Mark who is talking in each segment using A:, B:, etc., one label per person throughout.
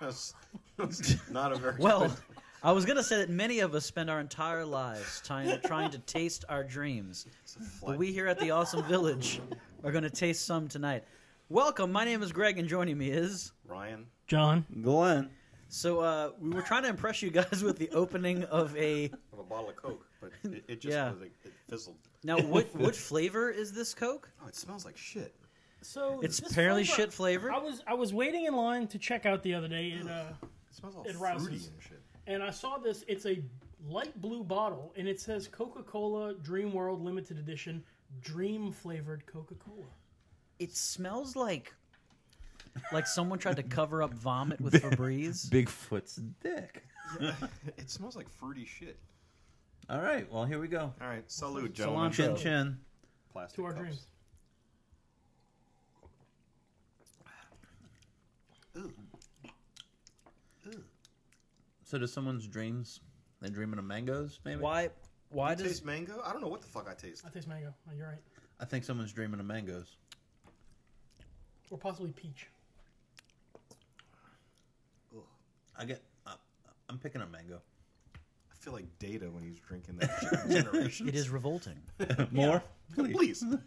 A: That's, that's not a very
B: Well, I was going to say that many of us spend our entire lives trying, trying to taste our dreams. But we here at the Awesome Village are going to taste some tonight. Welcome. My name is Greg, and joining me is.
A: Ryan.
C: John,
D: Glenn.
B: So, uh, we were trying to impress you guys with the opening of a.
A: Of a bottle of Coke, but it, it just
B: Yeah.
A: was like, it fizzled.
B: Now, what, what flavor is this Coke?
A: Oh, it smells like shit.
C: so
B: It's
C: this
B: apparently
C: flavor-
B: shit flavored.
C: I was I was waiting in line to check out the other day, and uh,
A: It smells all
C: It
A: fruity
C: rouses.
A: and shit.
C: and I saw this. It's a light blue bottle, and it says Coca Cola Dream World Limited Edition, Dream flavored Coca Cola.
B: It smells like like someone tried to cover up vomit with Febreze.
D: Bigfoot's dick.
A: It smells like fruity shit.
D: All right, well, here we go.
A: All right, salute, gentlemen.
B: Cilantro.
D: Chin chin.
A: Plastic
C: To our
A: cups.
C: dreams.
D: So, do someone's dreams, they dreaming of mangoes, maybe?
B: Why? Why
A: I
B: does?
A: taste mango. I don't know what the fuck I taste.
C: I taste mango. Oh, you're right,
D: I think someone's dreaming of mangoes.
C: or possibly peach.
D: I get, I, I'm picking up mango.
A: I feel like Data when he's drinking that shit. Generation.
B: It is revolting.
D: More?
A: Please.
C: I mean,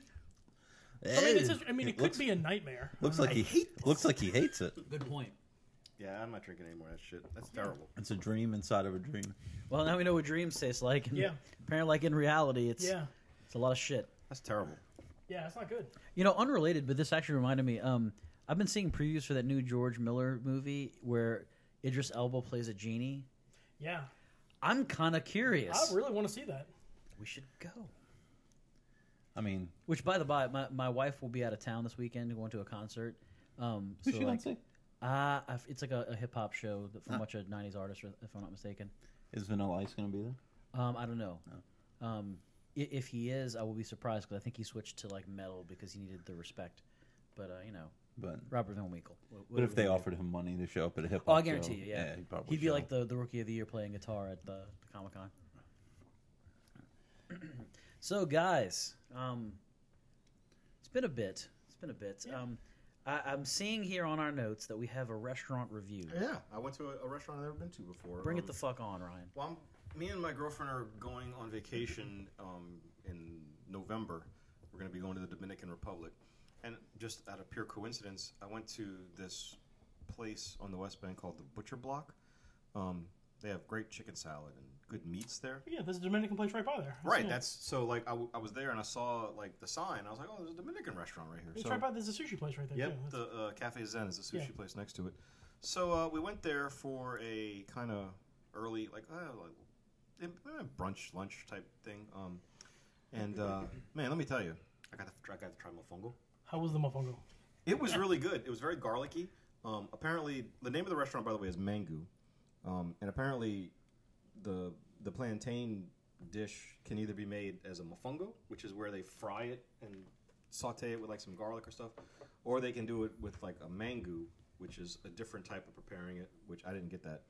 C: it's just, I mean,
D: Hey,
C: it could
D: looks,
C: be a nightmare.
D: Looks like he looks like he hates it.
B: Good point.
A: Yeah, I'm not drinking any more of that shit. That's terrible.
D: It's a dream inside of a dream.
B: Well, now we know what dreams taste like. And
C: Yeah.
B: Apparently, like in reality, it's
C: Yeah,
B: it's a lot of shit.
A: That's terrible.
C: yeah, that's not good.
B: You know, unrelated, but this actually reminded me. Um, I've been seeing previews for that new George Miller movie where Idris Elba plays a genie.
C: Yeah,
B: I'm kind of curious.
C: I really want to see that.
B: we should go.
D: I mean,
B: Which, by the by, my, my wife will be out of town this weekend going to a concert. Um,
D: who's
B: so
D: she
B: like,
D: gonna see?
B: Uh, I f- it's like a, a hip hop show that- from a bunch of '90s artists, or- if I'm not mistaken.
D: Is Vanilla Ice gonna be there?
B: Um, I don't know. Um, i- if he is, I will be surprised because I think he switched to like metal because he needed the respect. But uh, you know,
D: But
B: Robert Van Winkle.
D: but if they offered him money to show up at a hip
B: oh,
D: hop,
B: I guarantee you, yeah,
D: he'd,
B: he'd,
D: probably
B: be
D: show
B: like
D: up.
B: the, the rookie of the year playing guitar at the, the Comic Con. so, guys, um, it's been a bit. It's been a bit. Um, I, I'm seeing here on our notes that we have a restaurant review.
A: Yeah, I went to a, a restaurant I've never been to before.
B: Bring
A: Um,
B: it the fuck on, Ryan.
A: Well, I'm, me and my girlfriend are going on vacation um, in November. We're going to be going to the Dominican Republic. And just out of pure coincidence, I went to this place on the West Bank called the Butcher Block. Um, they have great chicken salad and good meats there.
C: Yeah, there's a Dominican place right by there. I've seen
A: Right,
C: it.
A: that's so. Like I, w- I was there and I saw like the sign. I was like, oh, there's a Dominican restaurant right here.
C: It's
A: So-
C: right by. There's a sushi place right there.
A: Yep,
C: too. That's-
A: the uh, Cafe Zen is the sushi
C: Yeah.
A: place next to it. So uh, we went there for a kind of early, like, uh, like eh, brunch, lunch type thing. Um, and uh, man, let me tell you, I got to, try- I got to try mofongo.
C: How was the mofongo?
A: It was really good. It was very garlicky. Um, apparently, the name of the restaurant, by the way, is Mangu, um, and apparently, the the plantain dish can either be made as a mofongo, which is where they fry it and saute it with like some garlic or stuff, or they can do it with like a mangu, which is a different type of preparing it. Which I didn't get that,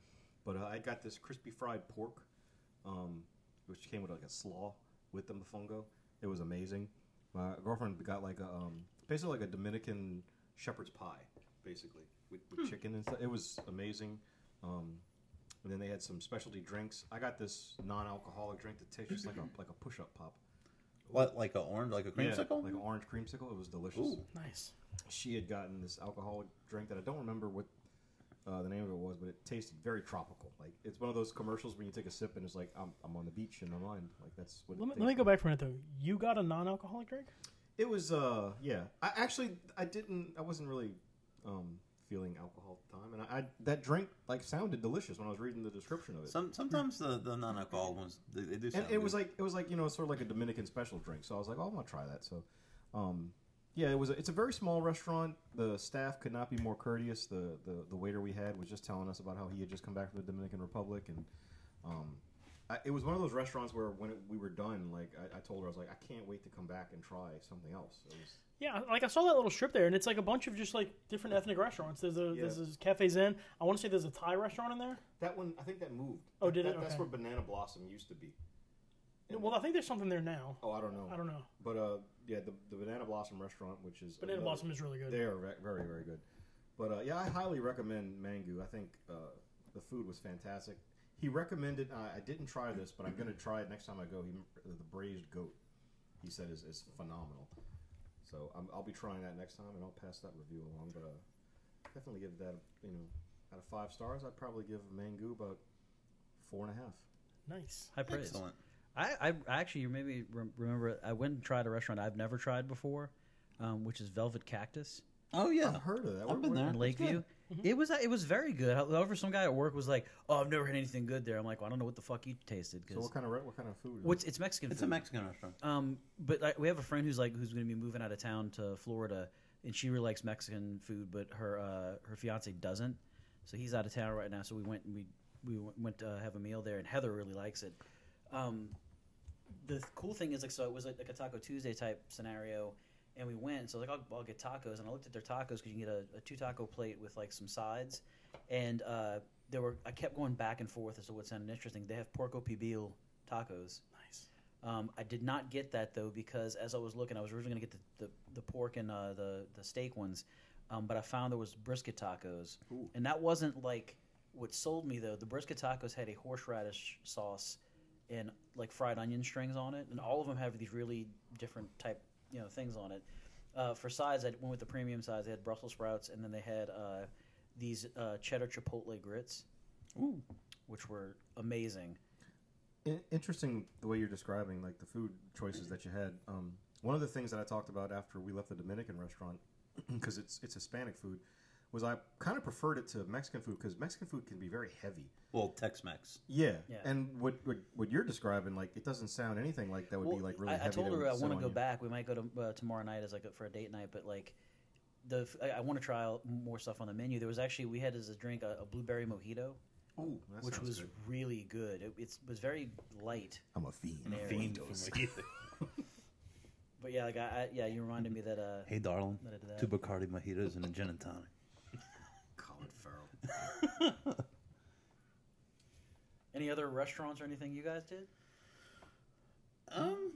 A: but uh, I got this crispy fried pork, um, which came with like a slaw with the mofongo. It was amazing. My girlfriend got like a um, basically like a Dominican shepherd's pie, basically with,
D: Hmm.
A: with chicken and stuff. It was amazing. Um, and then they had some specialty drinks. I got this non-alcoholic drink that tastes just like a like a push-up pop.
D: what, like a orange, like a creamsicle.
A: like an orange creamsicle. It was delicious.
D: Ooh.
C: Nice.
A: She had gotten this alcoholic drink that I don't remember what uh, the name of it was, but it tasted very tropical. Like it's one of those commercials when you take a sip and it's like I'm, I'm on the beach and I'm on. Like that's what. it
C: Let me,
A: tastes
C: let me
A: like.
C: go back for a minute though. You got a non-alcoholic drink?
A: It was uh yeah. I actually I didn't I wasn't really um feeling alcohol at the time and I, I that drink like sounded delicious when I was reading the description of it.
D: Some sometimes the, the non-alcohol ones they, they do.
A: and
D: Sound
A: it was
D: good.
A: like it was like, you know, sort of like a Dominican special drink. So I was like, "Oh, I'm going to try that." So um yeah, it was a, it's a very small restaurant. The staff could not be more courteous. The, the the waiter we had was just telling us about how he had just come back from the Dominican Republic and um I, it was one of those restaurants where when it, we were done, like I, I told her, I was like, I can't wait to come back and try something else. It was,
C: Yeah, like I saw that little strip there, and it's like a bunch of just like different ethnic restaurants. There's a
A: Yeah.
C: there's a Cafe Zen. I want to say there's a Thai restaurant in there.
A: That one, I think that moved.
C: Oh,
A: That-
C: did it?
A: that- That's
C: Okay.
A: where Banana Blossom used to be. And-
C: Well, I think there's something there now.
A: oh, I don't know.
C: I don't know.
A: But uh, yeah, the, the Banana Blossom restaurant, which is
C: Banana
A: another-
C: Blossom is really good.
A: They are ve- very very good. But uh, yeah, I highly recommend Mangu. I think uh, the food was fantastic. He recommended. Uh, I didn't try this, but I'm going to try it next time I go. He, the braised goat, he said, is, is phenomenal. So I'm, I'll be trying that next time, and I'll pass that review along. But uh, definitely give that you know out of five stars. I'd probably give Mangu about four and a half.
C: Nice.
B: High praise.
D: Excellent.
B: I, I actually you maybe rem- remember I went and tried a restaurant I've never tried before, um, which is Velvet Cactus
D: Oh yeah,
A: I've heard of that.
D: I've
A: Where-
D: been
A: where-
D: there.
B: in
D: That's
B: Lakeview.
D: good.
B: It was it was very good. However, some guy at work was like, "Oh, I've never had anything good there." I'm like, "Well, I don't know what the fuck you tasted."
A: So
B: Cause
A: what kind of re- what kind of food? is
B: what's it's Mexican.
D: It's
B: food.
D: a Mexican restaurant.
B: Um, but I, we have a friend who's like who's going to be moving out of town to Florida, and she really likes Mexican food, but her uh, her fiance doesn't, so he's out of town right now. So we went and we we went- went to have a meal there, and Heather really likes it. Um, the cool thing is like so it was like, like a Taco Tuesday type scenario, and we went. So I was like I'll, I'll get tacos, and I looked at their tacos because you can get a, a two taco plate with like some sides, and uh, there were I kept going back and forth as to what sounded interesting. They have porco pibil tacos.
C: Nice.
B: Um, I did not get that though because as I was looking, I was originally going to get the, the, the pork and uh, the the steak ones, um, but I found there was brisket tacos,
A: Ooh.
B: and that wasn't like what sold me though. The brisket tacos had a horseradish sauce and like fried onion strings on it, and all of them have these really different type you know things on it. Uh, for size, I went with the premium size. They had Brussels sprouts, and then they had uh, these uh, cheddar chipotle grits,
D: Ooh.
B: which were amazing.
A: In- interesting the way you're describing like the food choices that you had. Um, one of the things that I talked about after we left the Dominican restaurant because it's it's Hispanic food was I kind of preferred it to Mexican food because Mexican food can be very heavy.
D: Well, Tex-Mex.
A: Yeah,
B: Yeah.
A: and what, what what you're describing like it doesn't sound anything like that would be
B: Well,
A: like really
B: I,
A: heavy.
B: I told
A: that would
B: her I
A: sit
B: want to
A: on
B: go
A: you.
B: back. We might go to uh, tomorrow night as like a- for a date night, but like the f- I, want to try out more stuff on the menu. There was actually we had as a drink uh, a, a blueberry mojito,
A: Ooh, that
B: which
A: sounds
B: was
A: good.
B: really good. It it's, was very light,
A: I'm a fiend.
B: I'm a
A: for
B: fiend
A: those.
B: but yeah, like I, I yeah, you reminded me that uh,
D: Hey, darling.
B: Let it do that.
D: Two Bacardi mojitos and a gin and tonic.
A: Colin Farrell.
B: any other restaurants or anything you guys did?
D: Um,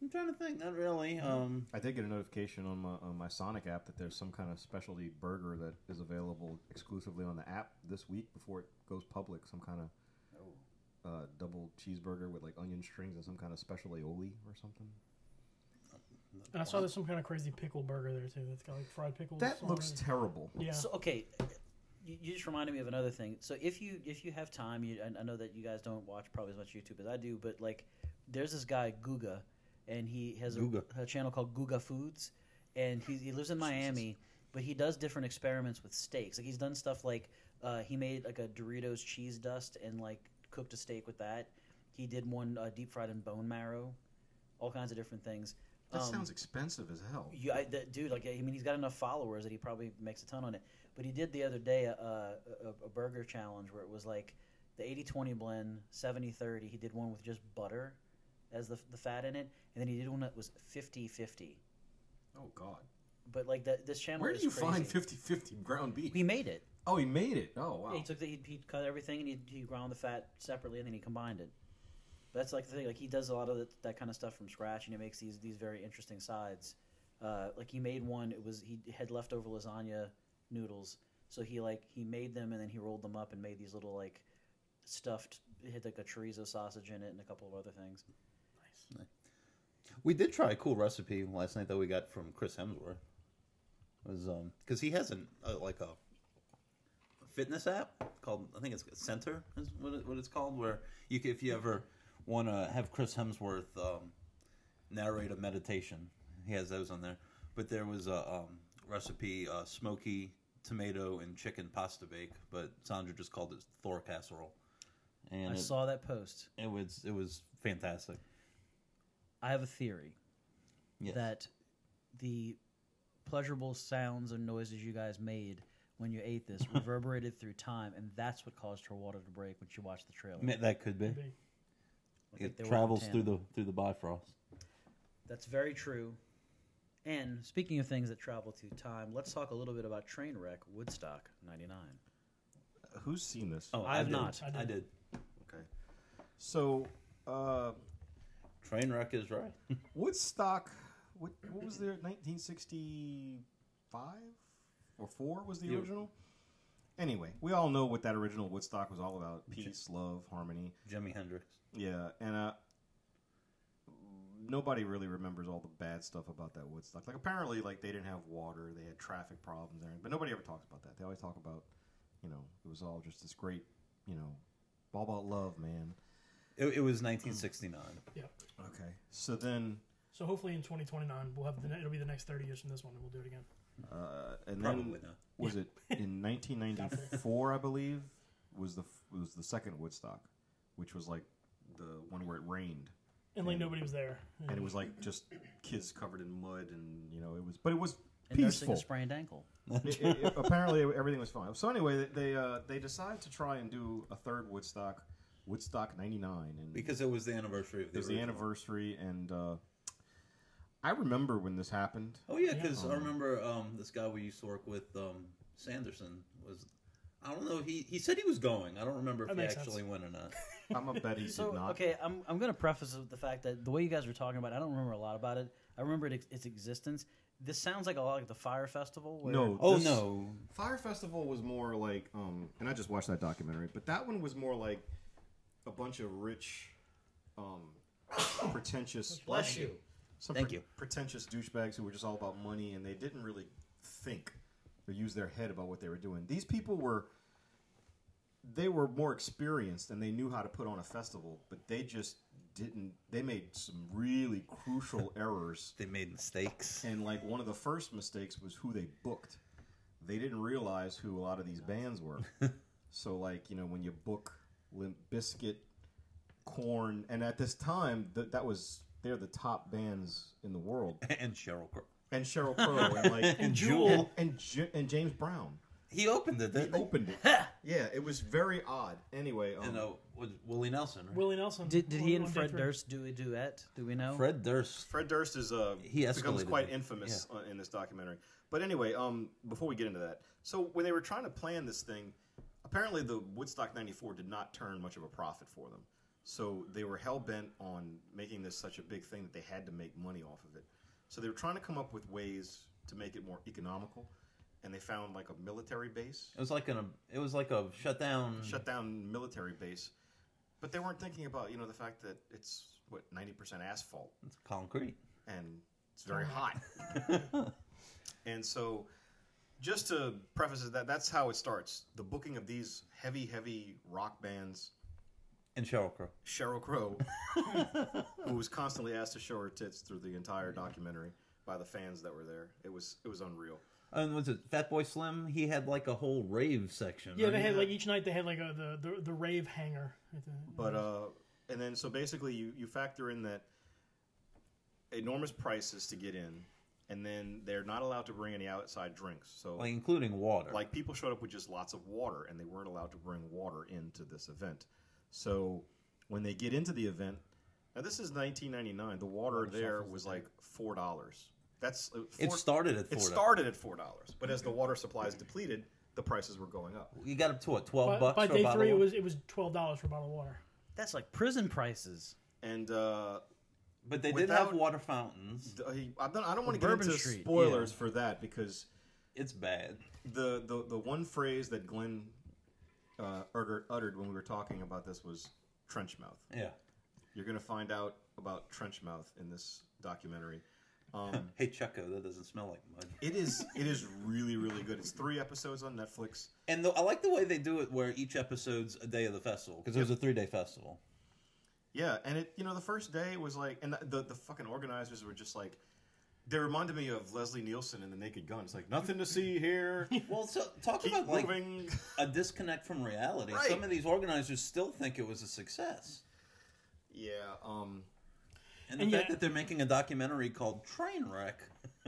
D: I'm trying to think. Not really. Um,
A: I did get a notification on my on my Sonic app that there's some kind of specialty burger that is available exclusively on the app this week before it goes public. Some kind of uh, double cheeseburger with like onion strings and some kind of special aioli or something.
C: And I saw there's some kind of crazy pickle burger there too. That's got like fried
B: Oh,
C: pickles.
A: That
C: on
A: looks
C: it.
A: terrible.
C: yeah.
B: So okay, you, you just reminded me of another thing. So if you if you have time, you, I, I know that you guys don't watch probably as much YouTube as I do, but like there's this guy Guga, and he has a,
D: Guga.
B: a channel called Guga Foods, and he he lives in Miami, but he does different experiments with steaks. Like he's done stuff like uh, he made like a Doritos cheese dust and like cooked a steak with that. He did one uh, deep fried in bone marrow, all kinds of different things.
A: That
B: Um,
A: sounds expensive as hell.
B: you, I, that dude, like, I mean, he's got enough followers that he probably makes a ton on it. But he did the other day a, a, a- a burger challenge where it was like the 80 20 blend, 70 30. He did one with just butter as the, the fat in it, and then he did one that was 50 50.
A: Oh God,
B: But like that, this channel
A: where
B: is
A: did you
B: crazy.
A: find 50-50 ground beef?
B: He made it.
A: Oh, he made it. Oh
B: Yeah,
A: wow.
B: he took the, he, he cut everything and he, he ground the fat separately and then he combined it. But that's like the thing. Like he does a lot of that, that kind of stuff from scratch and he makes these these very interesting sides. Uh, like he made one. It was he had leftover lasagna noodles, so he like he made them and then he rolled them up and made these little like stuffed. It had like a chorizo sausage in it and a couple of other things.
D: we did try a cool recipe last night that we got from Chris Hemsworth. It was um, because he has an uh, like a fitness app called I think it's Center is what, it, what it's called where you c- if you ever want to have Chris Hemsworth um, narrate a meditation he has those on there but there was a um, recipe uh, smoky tomato and chicken pasta bake but Sandra just called it Thor casserole and
B: I
D: it,
B: saw that post.
D: it was it was fantastic
B: I have a theory
D: yes.
B: that the pleasurable sounds and noises you guys made when you ate this reverberated through time, and that's what caused her water to break when she watched the trailer.
D: Ma- that could be.
C: Big.
B: I think
D: It
B: they were
D: travels
B: in
D: through
B: tandem.
D: the through the Bifrost.
B: That's very true. And speaking of things that travel through time, let's talk a little bit about Trainwreck Woodstock '99.
A: Who's seen this?
B: I have
D: did.
B: not.
D: Oh, I did. I did.
A: Okay. So, uh,
D: Train wreck is right.
A: Woodstock. What, what was there? 1965. or four was the
D: Yeah.
A: original. Anyway, we all know what that original Woodstock was all about: peace, love, harmony.
D: Jimi Hendrix.
A: Yeah, and uh, nobody really remembers all the bad stuff about that Woodstock. Like apparently, like they didn't have water, they had traffic problems, and everything, but nobody ever talks about that. They always talk about, you know, it was all just this great, you know, all about love, man.
D: It, it was 1969.
C: Yeah.
A: Okay, so then,
C: So hopefully in 2029 we'll have the ne- it'll be the next 30 years from this one and we'll do it again.
A: uh,
D: Hmm.
A: and then
D: Probably not.
A: was it in 1994? I believe was the f- was the second Woodstock, which was like the one where it rained.
C: And like
A: Yeah.
C: nobody was there.
A: and it was like just kids covered in mud and you know it was but it was
B: And nursing
A: peaceful
B: a sprained ankle.
A: It- it- it- apparently e, everything was fine so anyway they they, uh, they decide to try and do a third woodstock woodstock 99 and
D: Because it was the anniversary of
A: it
D: the
A: was the
D: original.
A: anniversary and uh, i remember when this happened
D: Oh yeah, because I remember um, this guy we used to work with, um, Sanderson, was. I don't know. He he said he was going. I don't remember if
C: That
D: he
C: makes
D: actually went or not.
A: i'm a bet he
B: So
A: did not
B: okay, I'm I'm gonna preface it with the fact that the way you guys were talking about, it, I don't remember a lot about it. I remember it, its existence. This sounds like a lot like the Fire Festival. Where
A: no
D: Oh
A: this-
D: no!
A: fire festival was more like um and i just watched that documentary but that one was more like a bunch of rich um pretentious
B: bless you.
A: some
D: Thank
A: pre-
D: you.
A: pretentious douchebags who were just all about money and they didn't really think or use their head about what they were doing. These people were they were more experienced and they knew how to put on a festival, but they just didn't they made some really crucial errors
D: They made mistakes.
A: and like one of the first mistakes was who they booked. They didn't realize who a lot of these bands were. so like you know when you book Limp Biscuit, Corn, and at this time th- that was they're the top bands in the world,
D: And Cheryl Crow.
A: and Cheryl Crow and like and
D: Jewel.
A: and, J- and James Brown.
D: He opened it.
A: They
D: Didn't he
A: opened it. yeah, it was very odd. Anyway, um,
D: And uh, was Willie Nelson. Right?
C: Willie Nelson.
B: Did, did
C: one-
B: he and
C: one day
B: Fred
C: through.
B: Durst do a duet? Do we know?
D: Fred Durst.
A: Fred Durst is uh
D: He
A: becomes
D: escalated
A: quite
D: it.
A: infamous uh in this documentary. But anyway, um, before we get into that, so when they were trying to plan this thing, apparently the Woodstock '94 did not turn much of a profit for them. So they were hell bent on making this such a big thing that they had to make money off of it. So they were trying to come up with ways to make it more economical, and they found like a military base,
D: It was like an. It was like a shutdown.
A: shut down military base. But they weren't thinking about you know the fact that it's what ninety percent asphalt
D: It's concrete.
A: and it's very hot. and so, just to preface it, that that's how it starts. The booking of these heavy, heavy rock bands.
D: And Cheryl Crow.
A: Cheryl Crow, who was constantly asked to show her tits through the entire documentary by the fans that were there, it was it was unreal.
D: Oh, And was it Fat Boy Slim? He had like a whole rave section.
C: Yeah,
D: right?
C: they had like each night they had like a, the, the the rave hanger.
A: But uh, and then so basically, you you factor in that enormous prices to get in, and then they're not allowed to bring any outside drinks. So
D: like including water.
A: Like people showed up with just lots of water, and they weren't allowed to bring water into this event. So when they get into the event, now this is 1999. The water there was like four dollars. That's uh,
D: It
A: four-
D: started at
A: It
D: $4.
A: started at four dollars, but as the water supplies depleted, the prices were going up.
D: you got up to what? Twelve
C: By,
D: bucks
C: by
D: for a
C: day
D: bottle
C: three,
D: of
C: it
D: water?
C: was it was twelve dollars for a bottle of water.
B: That's like prison prices.
A: And uh,
D: But they did
A: Without-
D: have water fountains.
A: th- he- I don't, I don't want to get
B: Bourbon
A: into
B: Street,
A: spoilers for that because
D: It's bad.
A: the, the the one phrase that Glenn uh, uttered, uttered when we were talking about this was trench mouth.
D: Yeah.
A: You're going to find out about Trenchmouth in this documentary. Um,
D: Hey Chucko, that doesn't smell like mud.
A: it is it is really really good. It's three episodes on Netflix.
D: And the, I like the way they do it, where each episode's a day of the festival because it was a three-day festival.
A: Yeah, and it you know the first day was like, and the the, the fucking organizers were just like. They reminded me of Leslie Nielsen in The Naked Gun. It's like nothing to see here.
D: Well, so talk
A: Keep
D: about like
A: moving.
D: a disconnect from reality.
A: Right.
D: Some of these organizers still think it was a success,
A: yeah. Um.
D: and the
C: And yet-
D: fact that they're making a documentary called Trainwreck.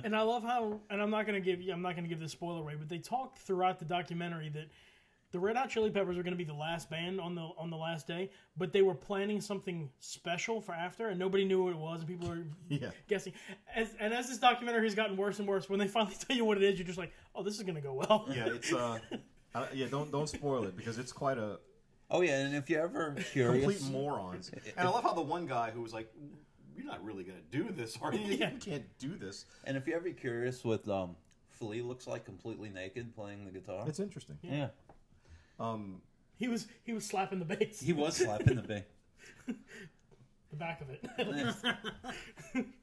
C: and I love how, and I'm not gonna give you, I'm not gonna give this spoiler away, but they talk throughout the documentary that the Red Hot Chili Peppers are gonna be the last band on the on the last day, but they were planning something special for after, and nobody knew what it was, and people were
A: Yeah.
C: guessing. As, and as this documentary has gotten worse and worse, when they finally tell you what it is, you're just like, oh, this is gonna go well.
A: Yeah. It's uh. I, yeah. Don't don't spoil it because it's quite a
D: Oh yeah, and if you're ever
A: complete
D: curious,
A: morons. And I love how the one guy who was like, "You're not really gonna do this, are you? You can't do this."
D: and if you're ever curious with um, Flea looks like completely naked playing the guitar.
A: It's interesting.
D: yeah,
A: Um,
C: He was he was slapping the bass,
D: he was slapping the big.
C: the back of it.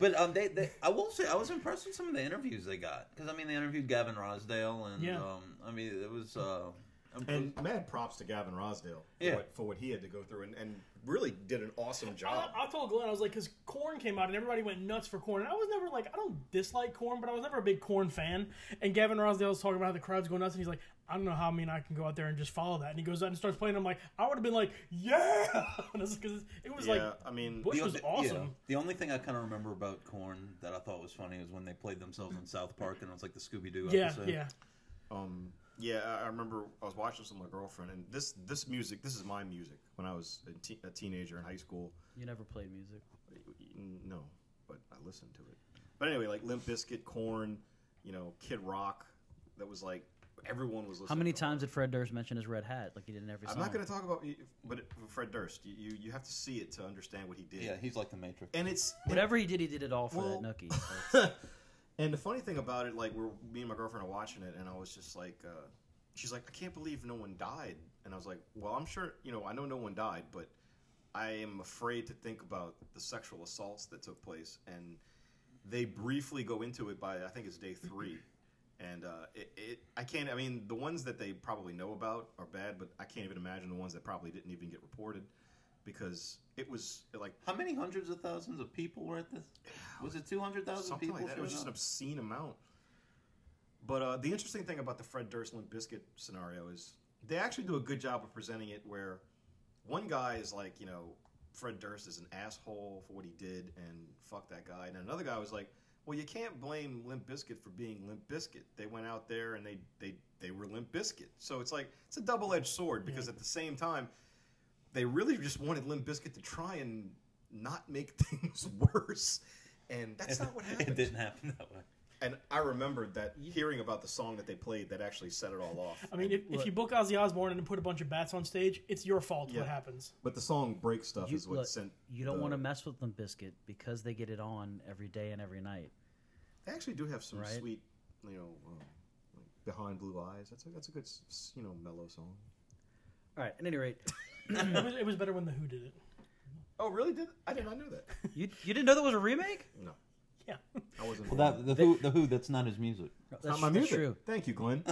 D: But um, they, they, I will say, I was impressed with some of the interviews they got because I mean, they interviewed Gavin Rosdale, and
C: Yeah.
D: um, I mean, it was uh, I'm-
A: and mad props to Gavin Rosdale for,
D: Yeah.
A: what, for what he had to go through and, and really did an awesome job.
C: I, I told Glenn I was like, because Corn came out and everybody went nuts for Corn. And I was never like, I don't dislike Corn, but I was never a big Corn fan. And Gavin Rosdale was talking about how the crowd's going nuts, and he's like, I don't know how me and I can go out there and just follow that. And he goes out and starts playing. I'm like, I would have been like, yeah, because it was
A: yeah,
C: like
A: I mean,
C: Bush
D: the-
C: was
D: the- yeah.
C: awesome.
D: the only thing I kind of remember about Corn that I thought was funny was when they played themselves in South Park, and it was like the Scooby Doo
C: Yeah,
D: episode.
C: yeah.
A: um, yeah, I- I remember I was watching this with my girlfriend, and this this music, this is my music when I was a, te- a teenager in high school.
B: You never played music.
A: No, but I listened to it. But anyway, like Limp Bizkit, Corn, you know, Kid Rock. That was like everyone was listening.
B: How many
A: to
B: times Oh. did Fred Durst mention his red hat? Like he did in every
A: I'm
B: song.
A: not going to talk about, but Fred Durst. You, you you have to see it to understand what he did.
D: yeah, he's like the Matrix.
A: and it's
B: Whatever he did, he did it all for
A: Well-
B: that nookie. Like,
A: And the funny thing about it, like, we're me and my girlfriend are watching it, and I was just like, uh, she's like, I can't believe no one died, and I was like, well, I'm sure, you know, I know no one died, but I am afraid to think about the sexual assaults that took place, and they briefly go into it by I think it's day three, and uh, it, it I can't, I mean, the ones that they probably know about are bad, but I can't even imagine the ones that probably didn't even get reported because it was like
D: How many hundreds of thousands of people were at this? Was it two hundred thousand
A: something
D: people?
A: like that. It was just an
D: showed up?
A: obscene amount. But uh, the interesting thing about the Fred Durst Limp Biscuit scenario is they actually do a good job of presenting it where one guy is like, you know, Fred Durst is an asshole for what he did and fuck that guy. And another guy was like, well, you can't blame Limp Biscuit for being Limp Biscuit. They went out there and they they they were Limp Biscuit. So it's like it's a double edged sword because at the same time, they really just wanted Limp Biscuit to try and not make things worse. And that's not what
D: It
A: happened.
D: didn't happen that way.
A: And I remembered that hearing about the song that they played that actually set it all off.
C: I mean, if, if you book Ozzy Osbourne and then put a bunch of bats on stage, it's your fault
A: Yeah.
C: what happens.
A: but the song "Break Stuff"
B: you,
A: is what
B: look,
A: sent.
B: you don't
A: the-
B: want to mess with Limp Biscuit because they get it on every day and every night.
A: They actually do have some
B: Right.
A: sweet, you know, um, like "Behind Blue Eyes." That's a that's a good, s- s- you know, mellow song.
B: All right. At any rate,
C: it, was, it was better when the Who did it.
A: Oh, really? Did I did not know that?
B: you you didn't know there was a remake?
A: No,
C: Yeah,
A: I wasn't.
D: the Who, the Who, that's not his music.
B: That's,
A: not my
B: that's
A: music.
B: true.
A: Thank you, Glenn.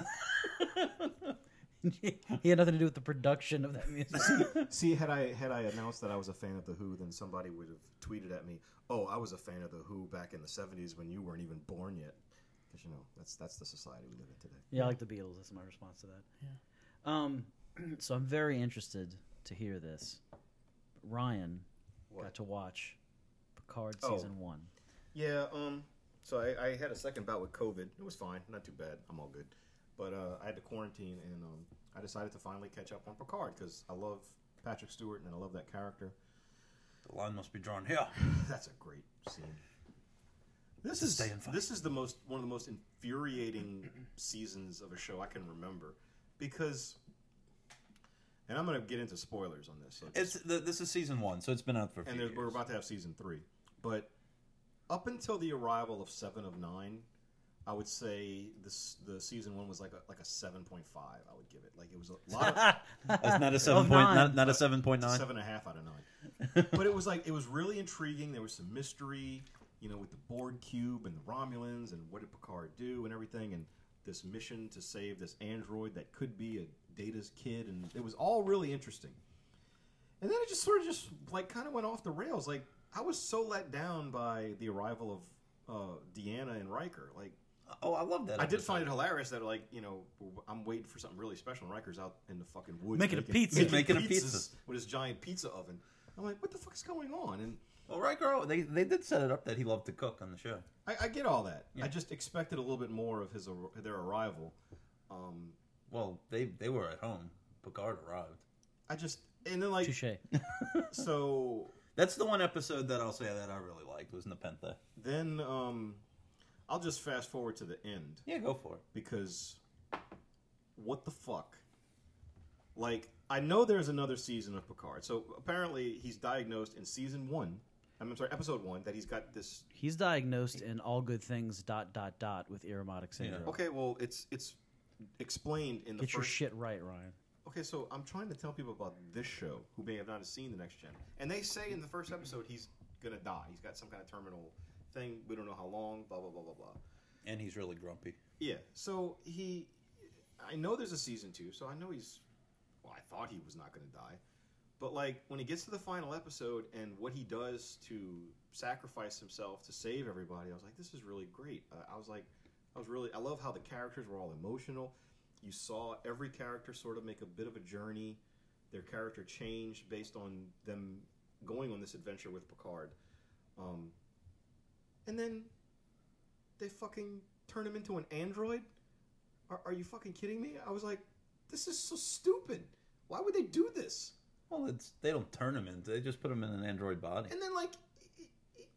B: he had nothing to do with the production of that music.
A: See, had I had I announced that I was a fan of the Who, then somebody would have tweeted at me, "Oh, I was a fan of the Who back in the '70s when you weren't even born yet." Because you know, that's that's the society we live in today.
B: yeah, I like the Beatles. That's my response to that. Um, so I'm very interested to hear this. Ryan got to watch Picard
A: Oh.
B: season one.
A: Yeah, um, so I, I had a second bout with COVID. It was fine, not too bad. I'm all good. But uh, I had to quarantine, and um, I decided to finally catch up on Picard because I love Patrick Stewart and I love that character.
D: The line must be drawn here.
A: That's a great scene. This is
D: Stay and fight.
A: this is the most one of the most infuriating seasons of a show I can remember because, and I'm going to get into spoilers on this. So
D: It's the, this is season one, so it's been out for. A few
A: and there's, we're
D: years.
A: about to have season three. But up until the arrival of Seven of Nine, I would say this the season one was like a, like a seven point five. I would give it like it was a lot of
D: That's not a seven point.
B: nine.
D: Not, not a seven point
A: it's a
D: Oh, nine.
A: seven and a half out of nine. but it was like it was really intriguing. There was some mystery, you know, with the Borg cube and the Romulans and what did Picard do and everything and this mission to save this android that could be a Data's kid and it was all really interesting. And then it just sort of just like kind of went off the rails. Like I was so let down by the arrival of uh, Deanna and Riker. Like
D: Oh, I love that.
A: I did find it hilarious that like you know I'm waiting for something really special. And Riker's out in the fucking woods
B: Making a pizza.
D: Making a
A: pizzas
D: pizza.
A: with his giant pizza oven. I'm like, what the fuck is going on? And
D: Well, right, girl. They they did set it up that he loved to cook on the show.
A: I, I get all that.
D: Yeah.
A: I just expected a little bit more of his ar- their arrival. Um,
D: Well, they they were at home. Picard arrived.
A: I just and then like
B: Touche.
A: so
D: That's the one episode that I'll say that I really liked was Nepenthe.
A: then um, I'll just fast forward to the end.
D: Yeah, go for it.
A: because what the fuck? Like, I know there's another season of Picard. So apparently he's diagnosed in season one I'm sorry, episode one that he's got this.
B: He's diagnosed in all good things dot dot dot with aromatic syndrome.
A: Okay, well, it's it's explained in the
B: Oh. Get your
A: first.
B: shit right, Ryan.
A: okay, so I'm trying to tell people about this show who may have not seen the next gen, and they say in the first episode he's gonna die. He's got some kind of terminal thing. We don't know how long. Blah blah blah blah blah.
D: and he's really grumpy.
A: Yeah. So he, I know there's a season two, so I know he's. Well, I thought he was not going to die, but like when he gets to the final episode and what he does to sacrifice himself to save everybody, I was like, this is really great. Uh, I was like, I was really, I love how the characters were all emotional. You saw every character sort of make a bit of a journey. Their character changed based on them going on this adventure with Picard. Um, and then they fucking turn him into an android? Are, are you fucking kidding me? I was like, this is so stupid. Why would they do this?
D: Well, it's they don't turn him into; they just put him in an android body.
A: And then like, he-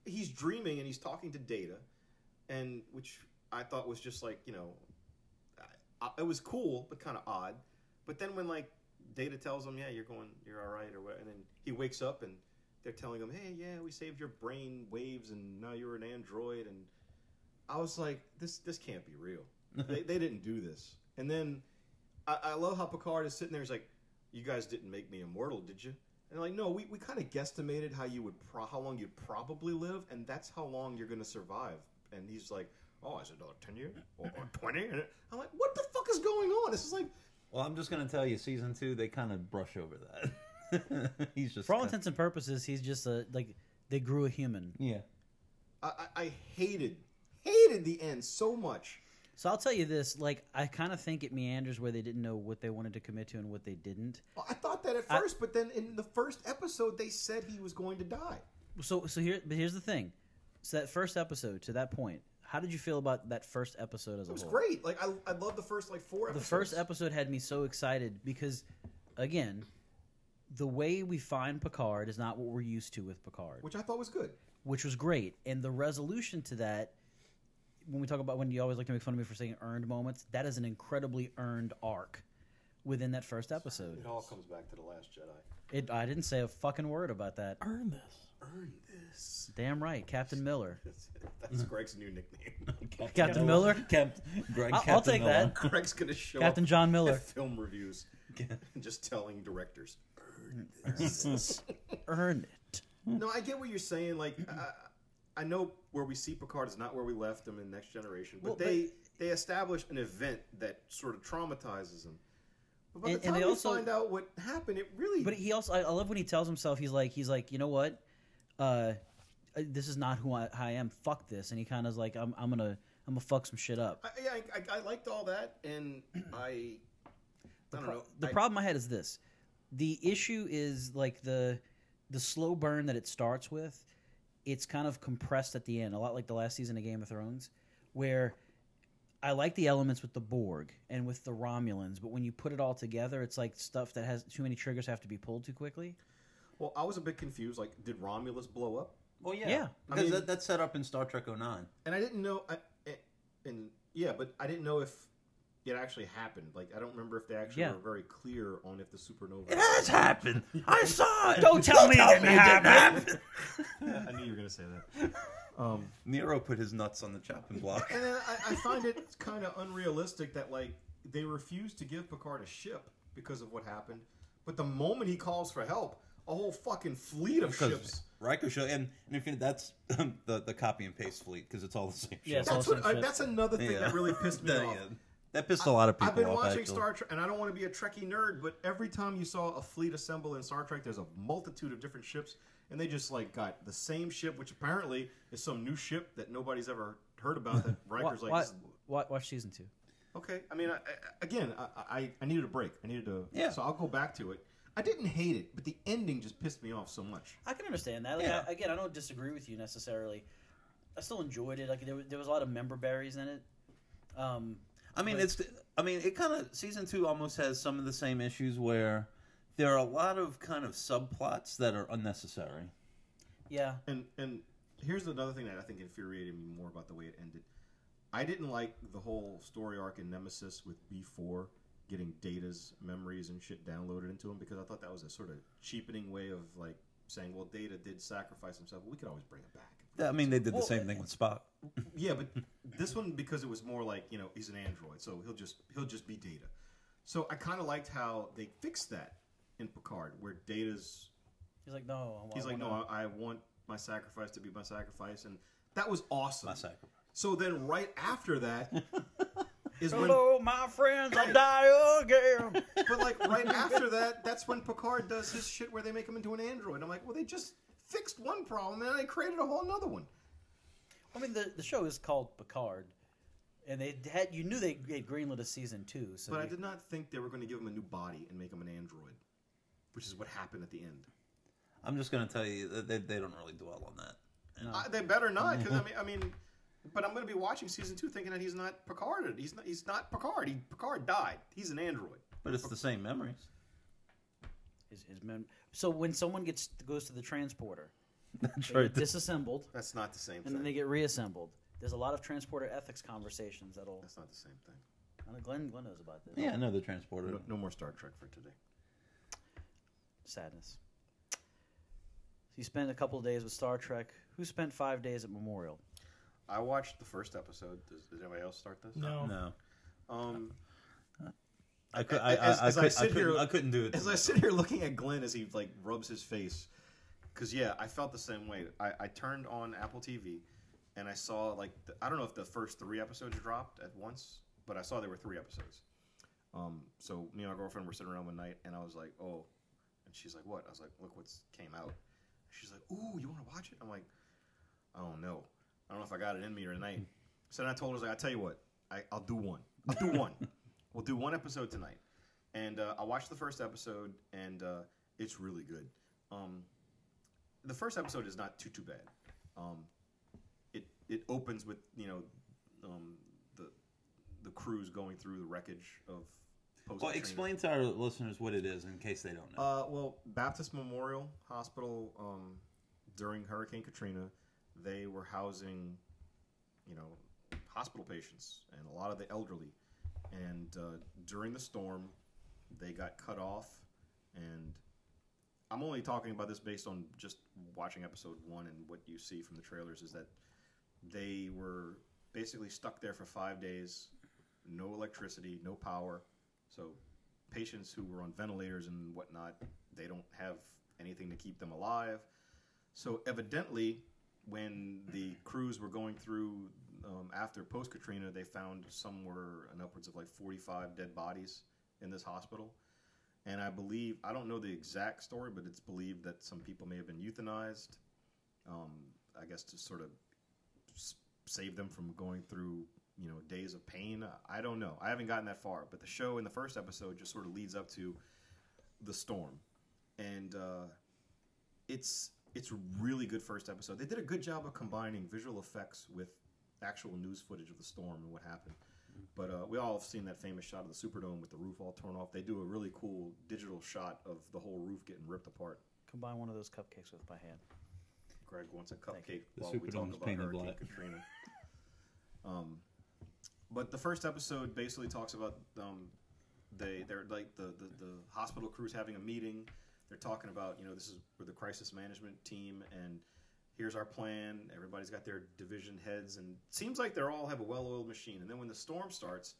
A: he- he's dreaming and he's talking to Data, and which I thought was just like you know, I, I, it was cool but kind of odd. But then when like Data tells him, yeah, you're going, you're all right, or what, and then he wakes up and they're telling him, hey, yeah, we saved your brain waves and now you're an android, and I was like, this this can't be real. they, they didn't do this. And then I, I love how Picard is sitting there. He's like, "You guys didn't make me immortal, did you?" And they're like, "No, we, we kind of guesstimated how you would pro- how long you'd probably live, and that's how long you're going to survive." And he's like, "Oh, is it another ten years or twenty? And I'm like, "What the fuck is going on?" This is like,
D: Well, I'm just gonna tell you, season two, they kind of brush over that. he's just
B: For all
D: kinda-
B: intents and purposes, he's just a like they grew a human.
D: yeah.
A: I, I, I hated hated the end so much.
B: So I'll tell you this: like I kind of think it meanders where they didn't know what they wanted to commit to and what they didn't.
A: Well, I thought that at
B: I-
A: first, but then in the first episode, they said he was going to die.
B: So so here, but here's the thing: so that first episode to that point, how did you feel about that first episode as
A: It
B: a
A: was
B: whole?
A: great. Like I, I love the first like four.
B: Oh. The
A: Episodes.
B: first episode had me so excited because, again, the way we find Picard is not what we're used to with Picard.
A: which I thought was good.
B: which was great. And the resolution to that, when we talk about when you always like to make fun of me for saying earned moments, that is an incredibly earned arc within that first episode.
A: It all comes back to the Last Jedi.
B: It, I didn't say a fucking word about that.
C: Earn this.
A: Earn this.
B: Damn right, Captain Miller.
A: That's Greg's new nickname.
D: Captain,
B: Captain Miller?
D: Cap- Greg,
B: I'll- I'll
D: Captain
B: take
D: Miller.
B: that.
A: Greg's gonna show
B: Captain
A: up
B: John Miller.
A: at film reviews, and just telling directors. "Earn this."
B: Earn it.
A: no, I get what you're saying. Like, I, I know where we see Picard is not where we left him in Next Generation, but
B: Well, but-
A: they they establish an event that sort of traumatizes him. But by
B: And-
A: the
B: and
A: time
B: they
A: we
B: also-
A: find out what happened, it really
B: But he also, I, I love when he tells himself, he's like, he's like, you know what? Uh, uh, this is not who I, I am. Fuck this. And he kind of is like, I'm, I'm gonna, I'm gonna fuck some shit up.
A: I, yeah, I, I, I liked all that, and I, I don't know.
B: the
A: I-
B: problem I had is this: the issue is like the the slow burn that it starts with. It's kind of compressed at the end, a lot like the last season of Game of Thrones, where I like the elements with the Borg and with the Romulans, but when you put it all together, it's like stuff that has too many triggers have to be pulled too quickly.
A: Well, I was a bit confused. Like, did Romulus blow up?
D: Well, yeah,
B: Yeah.
D: because
A: I mean-
D: that, that's set up in Star Trek 09.
A: And I didn't know. I, I- and yeah, but I didn't know if it actually happened. Like, I don't remember if they actually
B: Yeah.
A: were very clear on if the supernova.
D: It has happened. I saw it.
B: Don't tell me it didn't happen.
A: I knew you were gonna say that. Um,
D: Nero put his nuts on the chopping block.
A: and then I, I find it kind of unrealistic that like they refuse to give Picard a ship because of what happened, but the moment he calls for help, a whole fucking fleet of ships.
D: Because Riker show, and, and if you, that's um, the the copy and paste fleet because it's all the same
B: Yeah,
D: ship.
B: it's all
A: That's what.
B: same
A: I,
B: ship.
A: that's another thing
D: Yeah.
A: that really pissed me
D: That-
A: off.
D: yeah. That pissed a lot of people
A: I've been
D: off.
A: watching
D: actually.
A: Star Trek, and I don't want to be a Trekkie nerd, but every time you saw a fleet assemble in Star Trek, there's a multitude of different ships, and they just like got the same ship, which apparently is some new ship that nobody's ever heard about. That
B: Wa-
A: Riker's like,
B: wa-
A: "This is-
B: wa- watch season two.
A: okay. I mean, I, I, again, I, I I needed a break. I needed to,
D: Yeah.
A: So I'll go back to it. I didn't hate it, but the ending just pissed me off so much.
B: I can understand that. Like,
D: Yeah.
B: I, again, I don't disagree with you necessarily. I still enjoyed it. Like there, was- there was a lot of member berries in it. Um,
D: I mean,
B: Like-
D: it's. I mean, it kind of season two almost has some of the same issues where there are a lot of kind of subplots that are unnecessary.
B: yeah,
A: And and here's another thing that I think infuriated me more about the way it ended. I didn't like the whole story arc in Nemesis with B4 getting Data's memories and shit downloaded into him because I thought that was a sort of cheapening way of like saying, "Well, Data did sacrifice himself. We could always bring it back."
D: I mean, they did
B: Well,
D: the same thing with Spock.
A: Yeah, but this one because it was more like you know he's an android, so he'll just he'll just be Data. So I kind of liked how they fixed that in Picard, where Data's
B: He's like, no. I
A: he's like,
B: wanna-
A: no, I, I want my sacrifice to be my sacrifice, and that was awesome.
D: My sacrifice.
A: So then right after that is when,
B: Hello, my friends. I'm Dio again.
A: but like right after that, that's when Picard does his shit where they make him into an android. I'm like, well, they just fixed one problem and they created a whole another one.
B: I mean, the, the show is called Picard, and they had you knew they had greenlit a season two. So
A: But I
B: you-
A: did not think they were going to give him a new body and make him an android, which is what happened at the end.
D: I'm just going to tell you that they, they don't really dwell on that. And
A: I, they better not, because I mean, I mean, but I'm going to be watching season two thinking that he's not Picard. He's not. He's not Picard. He, Picard died. He's an android.
D: But it's the same memories.
B: his, his mem- so when someone gets goes to the transporter,
D: That's
B: they get disassembled,
A: That's not the same
B: and then
A: thing.
B: they get reassembled. There's a lot of transporter ethics conversations that'll.
A: That's not the same thing.
B: I know Glenn Glenn knows about this.
D: Yeah, I know the transporter.
A: No, no more Star Trek for today.
B: Sadness. So you spent a couple of days with Star Trek. Who spent five days at Memorial?
A: I watched the first episode. Does, did anybody else start this?
C: No.
D: No.
A: Um,
D: I, could, I, I,
A: As-
D: I,
A: as I
D: could, I,
A: sit
D: couldn't,
A: here-
D: I couldn't do it.
A: as I sit here looking at Glenn as he like rubs his face, because yeah, I felt the same way. I, I turned on Apple TV, and I saw like the, I don't know if the first three episodes dropped at once, but I saw there were three episodes. Um, so me and my girlfriend were sitting around one night, and I was like, oh, and she's like, what? I was like, look what's came out. She's like, ooh, you want to watch it? I'm like, I don't know. I don't know if I got it in me or tonight. So then I told her, I was like, I tell you what, I, I'll do one. I'll do one. we'll do one episode tonight. And uh, I watched the first episode, and uh, it's really good. Um, the first episode is not too too bad. Um, it it opens with you know um, the the crews going through the wreckage of. Post
D: Well, explain to our listeners what it is in case they don't know.
A: uh, well, Baptist Memorial Hospital um, during Hurricane Katrina, they were housing, you know, hospital patients and a lot of the elderly. And uh, during the storm, they got cut off. And I'm only talking about this based on just watching episode one and what you see from the trailers is that they were basically stuck there for five days, no electricity, no power. So patients who were on ventilators and whatnot, they don't have anything to keep them alive. So evidently, when the crews were going through um, after post Katrina, they found somewhere an upwards of like 45 dead bodies in this hospital. And I believe I don't know the exact story, but it's believed that some people may have been euthanized. Um, I guess to sort of s- save them from going through you know days of pain i don't know i haven't gotten that far but the show in the first episode just sort of leads up to the storm and uh, it's it's a really good first episode they did a good job of combining visual effects with actual news footage of the storm and what happened but uh, we all have seen that famous shot of the superdome with the roof all torn off they do a really cool digital shot of the whole roof getting ripped apart
B: Combine one of those cupcakes with my hand.
A: Greg wants a cupcake
D: The
A: while we talk
D: Superdome's
A: about
D: painted
A: Hurricane
D: black.
A: Katrina. Um, but the first episode basically talks about um, they they're like the, the the hospital crews having a meeting. They're talking about you know this is we're the crisis management team and here's our plan. Everybody's got their division heads and it seems like they are all have a well-oiled machine. And then when the storm starts,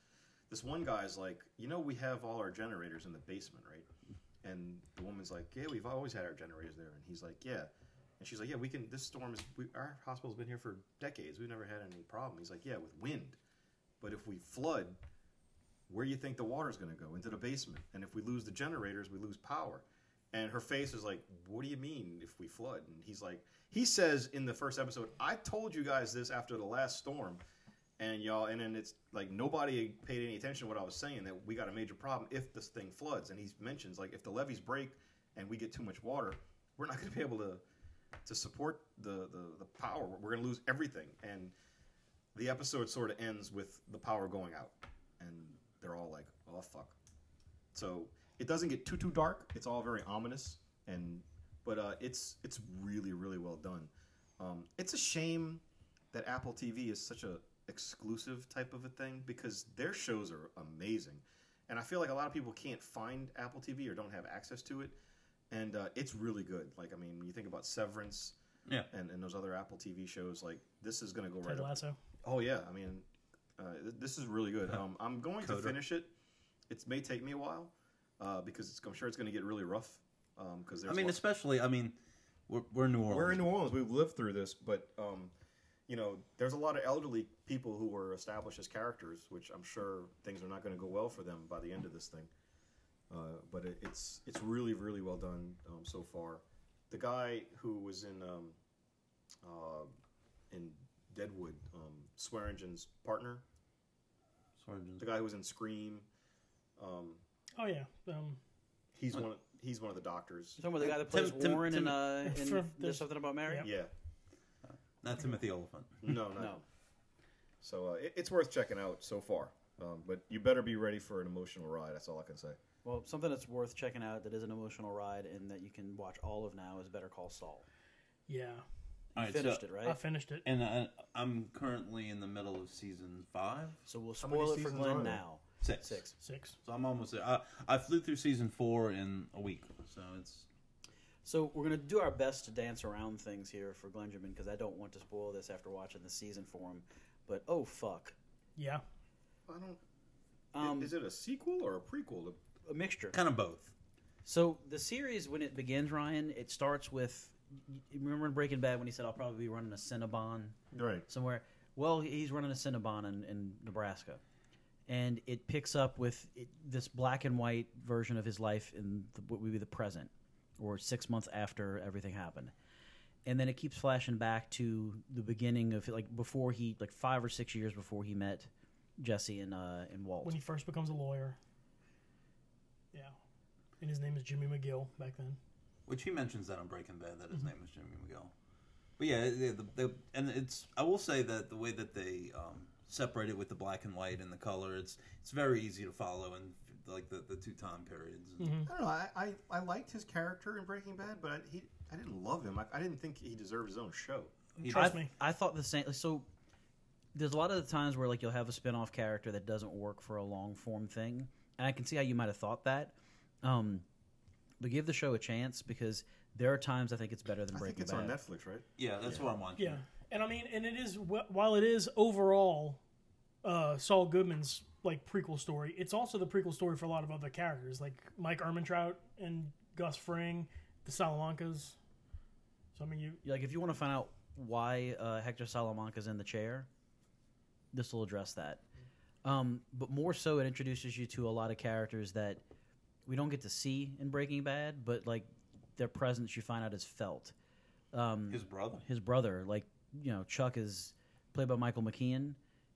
A: this one guy's like, you know, we have all our generators in the basement, right? And the woman's like, "Yeah, we've always had our generators there." And he's like, "Yeah," and she's like, "Yeah, we can. This storm is. We, our hospital's been here for decades. We've never had any problem." He's like, "Yeah, with wind, but if we flood, where do you think the water's going to go? Into the basement. And if we lose the generators, we lose power." And her face is like, "What do you mean if we flood?" And he's like, he says in the first episode, "I told you guys this after the last storm." and y'all and then it's like nobody paid any attention to what i was saying that we got a major problem if this thing floods and he mentions like if the levees break and we get too much water we're not going to be able to to support the the, the power we're going to lose everything and the episode sort of ends with the power going out and they're all like oh fuck so it doesn't get too too dark. It's all very ominous, and but uh, it's it's really really well done. Um, it's a shame that Apple TV is such a exclusive type of a thing because their shows are amazing, and I feel like a lot of people can't find Apple TV or don't have access to it. and uh, it's really good. Like I mean, when you think about Severance
D: Yeah.
A: and, and those other Apple TV shows, like this is gonna go right
C: Ted
A: up.
C: Lasso.
A: Oh yeah, I mean, uh, th- this is really good. Um, I'm going to
D: Coder.
A: finish it. It may take me a while uh, because it's, I'm sure it's going to get really rough. um, Because
D: I mean, especially. I mean, we're, we're in New Orleans.
A: we're in New Orleans. We've lived through this, but um, you know, there's a lot of elderly people who were established as characters, which I'm sure things are not going to go well for them by the end of this thing. Uh, but it, it's it's really really well done um, so far. The guy who was in um, uh, in Deadwood, um, Swearingen's partner,
D: Sergeant-
A: the guy who was in Scream, um,
C: Oh yeah, um,
A: he's one of, he's one of the doctors.
B: Talking about the guy that plays
D: Tim- Tim-
B: Warren
D: Tim-
B: in, uh, in
C: From-
B: There's Something About Mary?
C: Yep.
A: Yeah,
D: Not Timothy Oliphant.
A: no, no.
B: No.
A: So uh, it, it's worth checking out so far. Um, but you better be ready for an emotional ride. That's all I can say.
B: Well, something that's worth checking out that is an emotional ride and that you can watch all of now is Better Call Saul.
C: yeah.
D: All
B: You
D: right,
B: finished
D: so,
B: it, right?
C: I finished it.
D: And I, I'm currently in the middle of season five,
B: so we'll
A: many
B: spoil it for
A: seasons are
B: Glenn
A: there?
B: now.
D: six.
B: Six.
C: Six.
D: So I'm almost there. I, I flew through season four in a week, so it's
B: So we're gonna do our best to dance around things here for Glenjamin because I don't want to spoil this after watching the season for him. But oh fuck,
C: Yeah.
A: I don't.
B: um,
A: is it a sequel or a prequel? To,
B: a mixture.
D: kind of both.
B: So the series, when it begins, Ryan, it starts with. you Remember in Breaking Bad when he said, "I'll probably be running a Cinnabon
A: right.
B: somewhere." Well, he's running a Cinnabon in, in Nebraska, and it picks up with it, this black and white version of his life in the, what would be the present, or six months after everything happened, and then it keeps flashing back to the beginning of like before he like five or six years before he met Jesse and uh, and Walt.
C: When he first becomes a lawyer. Yeah. And his name is Jimmy McGill back then.
D: Which he mentions that on Breaking Bad
C: Mm-hmm.
D: that his name is Jimmy McGill. But yeah, the, the, the, and it's I will say that the way that they um, separate it with the black and white and the color, it's it's very easy to follow and like the, the two time periods.
C: Mm-hmm.
A: I don't know. I, I, I liked his character in Breaking Bad, but I, he I didn't love him. I, I didn't think he deserved his own show.
D: He-
C: Trust
B: I-
C: me.
B: I thought the same. So there's a lot of the times where like you'll have a spin-off character that doesn't work for a long form thing, and I can see how you might have thought that. Um, but give the show a chance because there are times I think it's better than
A: I think
B: Breaking
A: it's on
B: Bad.
A: Netflix, right?
D: Yeah, that's what I'm watching.
C: Yeah. And I mean, and it is, wh- while it is overall uh, Saul Goodman's like prequel story, it's also the prequel story for a lot of other characters like Mike Ermintrout and Gus Fring, the Salamancas. So, I mean, you,
B: like if you want to find out why uh, Hector Salamanca's in the chair, this will address that. Um, but more so, it introduces you to a lot of characters that we don't get to see in Breaking Bad, but like their presence you find out is felt. Um,
D: His brother.
B: his brother, like you know, Chuck is played by Michael McKean,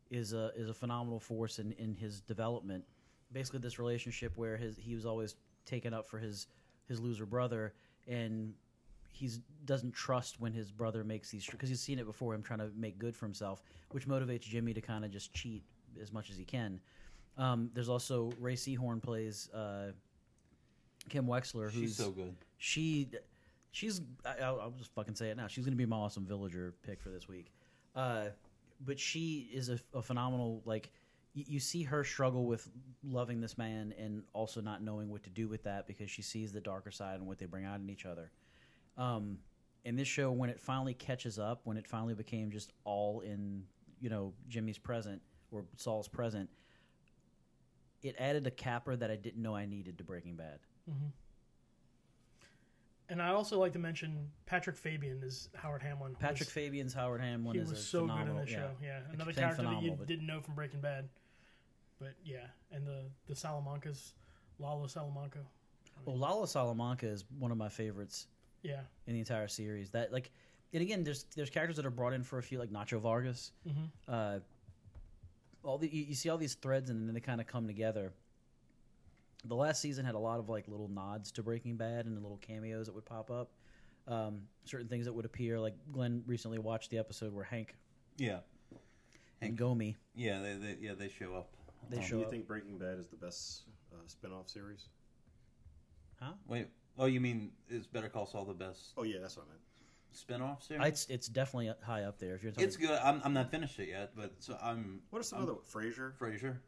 B: is a is a phenomenal force in in his development. Basically, this relationship where his he was always taken up for his his loser brother, and he's doesn't trust when his brother makes these because he's seen it before him trying to make good for himself, which motivates Jimmy to kind of just cheat as much as he can. Um, there's also Ray Seahorn plays uh, Kim Wexler, who's
D: She's so good.
B: she she's I, I'll, I'll just fucking say it now she's gonna be my awesome villager pick for this week uh but she is a, a phenomenal like y- you see her struggle with loving this man and also not knowing what to do with that because she sees the darker side and what they bring out in each other um and this show when it finally catches up when it finally became just all in you know jimmy's present or saul's present it added a capper that i didn't know i needed to breaking bad
C: and I also like to mention Patrick Fabian is Howard Hamlin.
B: Patrick
C: Was-
B: Fabian's Howard Hamlin
C: He
B: is a
C: was so good in
B: phenomenal.
C: that show. Yeah,
B: I
C: another
B: keep saying
C: character that you
B: phenomenal, but-
C: didn't know from Breaking Bad. But yeah, and the the Salamancas, Lalo Salamanca.
B: Well, Lalo Salamanca is one of my favorites
C: Yeah,
B: in the entire series. That like, and again, there's there's characters that are brought in for a few, like Nacho Vargas.
C: Mm-hmm.
B: Uh, all the you, you see all these threads, and then they kind of come together. The last season had a lot of like little nods to Breaking Bad and little cameos that would pop up. Um, certain things that would appear, like Glenn recently watched the episode where Hank
D: Yeah,
B: and Gomi
D: yeah, they, they yeah they show up.
B: they
A: Do
B: show
A: you
B: up.
A: think Breaking Bad is the best uh, spin-off series?
D: Wait, oh, you mean is Better Call Saul the best
A: Oh yeah, that's what I meant.
D: spinoff series?
B: I- it's it's definitely high up there. If you're talking,
D: it's good. I'm I'm not finished it yet, but so I'm
A: What are some
B: Um,
A: other Frasier?
D: Frasier.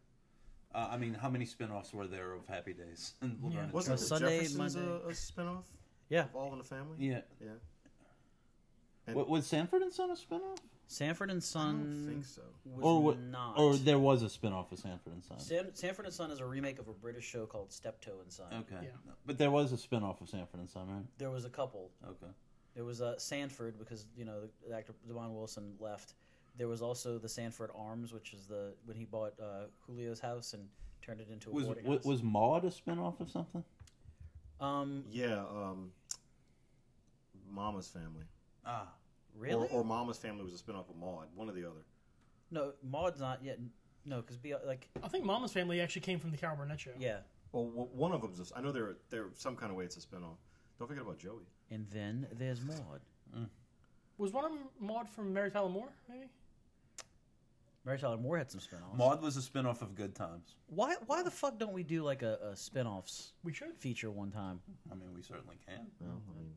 D: Uh, I mean, how many spin-offs were there of Happy Days and Laverne and
A: Wasn't
B: Well,
D: Shirley?
B: Sunday,
A: Jefferson's a,
B: Monday.
A: a spinoff?
B: Yeah,
A: All in the family.
D: Yeah.
A: Yeah.
D: Wa- was Sanford and Son a spinoff?
B: Sanford and
A: I
B: Son
A: don't think so.
B: was
D: Or wa-
B: not.
D: or there was a spinoff of Sanford and Son.
B: Sam, Sanford and Son is a remake of a British show called Steptoe and Son.
D: Okay.
C: Yeah.
D: No, But there was a spinoff of Sanford and Son, right?
B: There was a couple.
D: Okay.
B: There was uh, Sanford because you know the, the actor Devon Wilson left. There was also the Sanford Arms, which is the when he bought uh, Julio's house and turned it into a
D: Was
B: boarding
D: was,
B: house.
D: was Maud a spinoff of something?
B: um
A: Yeah. Um, Mama's family.
D: Ah.
B: really
A: Or, or Mama's family was a spinoff of Maud. One or the other.
B: no Maud's not yet no because be like
C: I think Mama's Family actually came from the Carol Burnett show.
B: yeah
A: Well, w- one of them's. A, I know they're they're some kind of way. It's a spinoff. Don't forget about Joey.
B: and then there's Maud
C: Was one of them Maud from Mary Tyler Moore? Maybe.
B: Mary Tyler Moore had some spinoffs.
D: Maud was a spinoff of Good Times.
B: why why the fuck don't we do like a, a spinoffs
C: We should.
B: feature one time
D: I mean, we certainly can.
A: Well, I mean,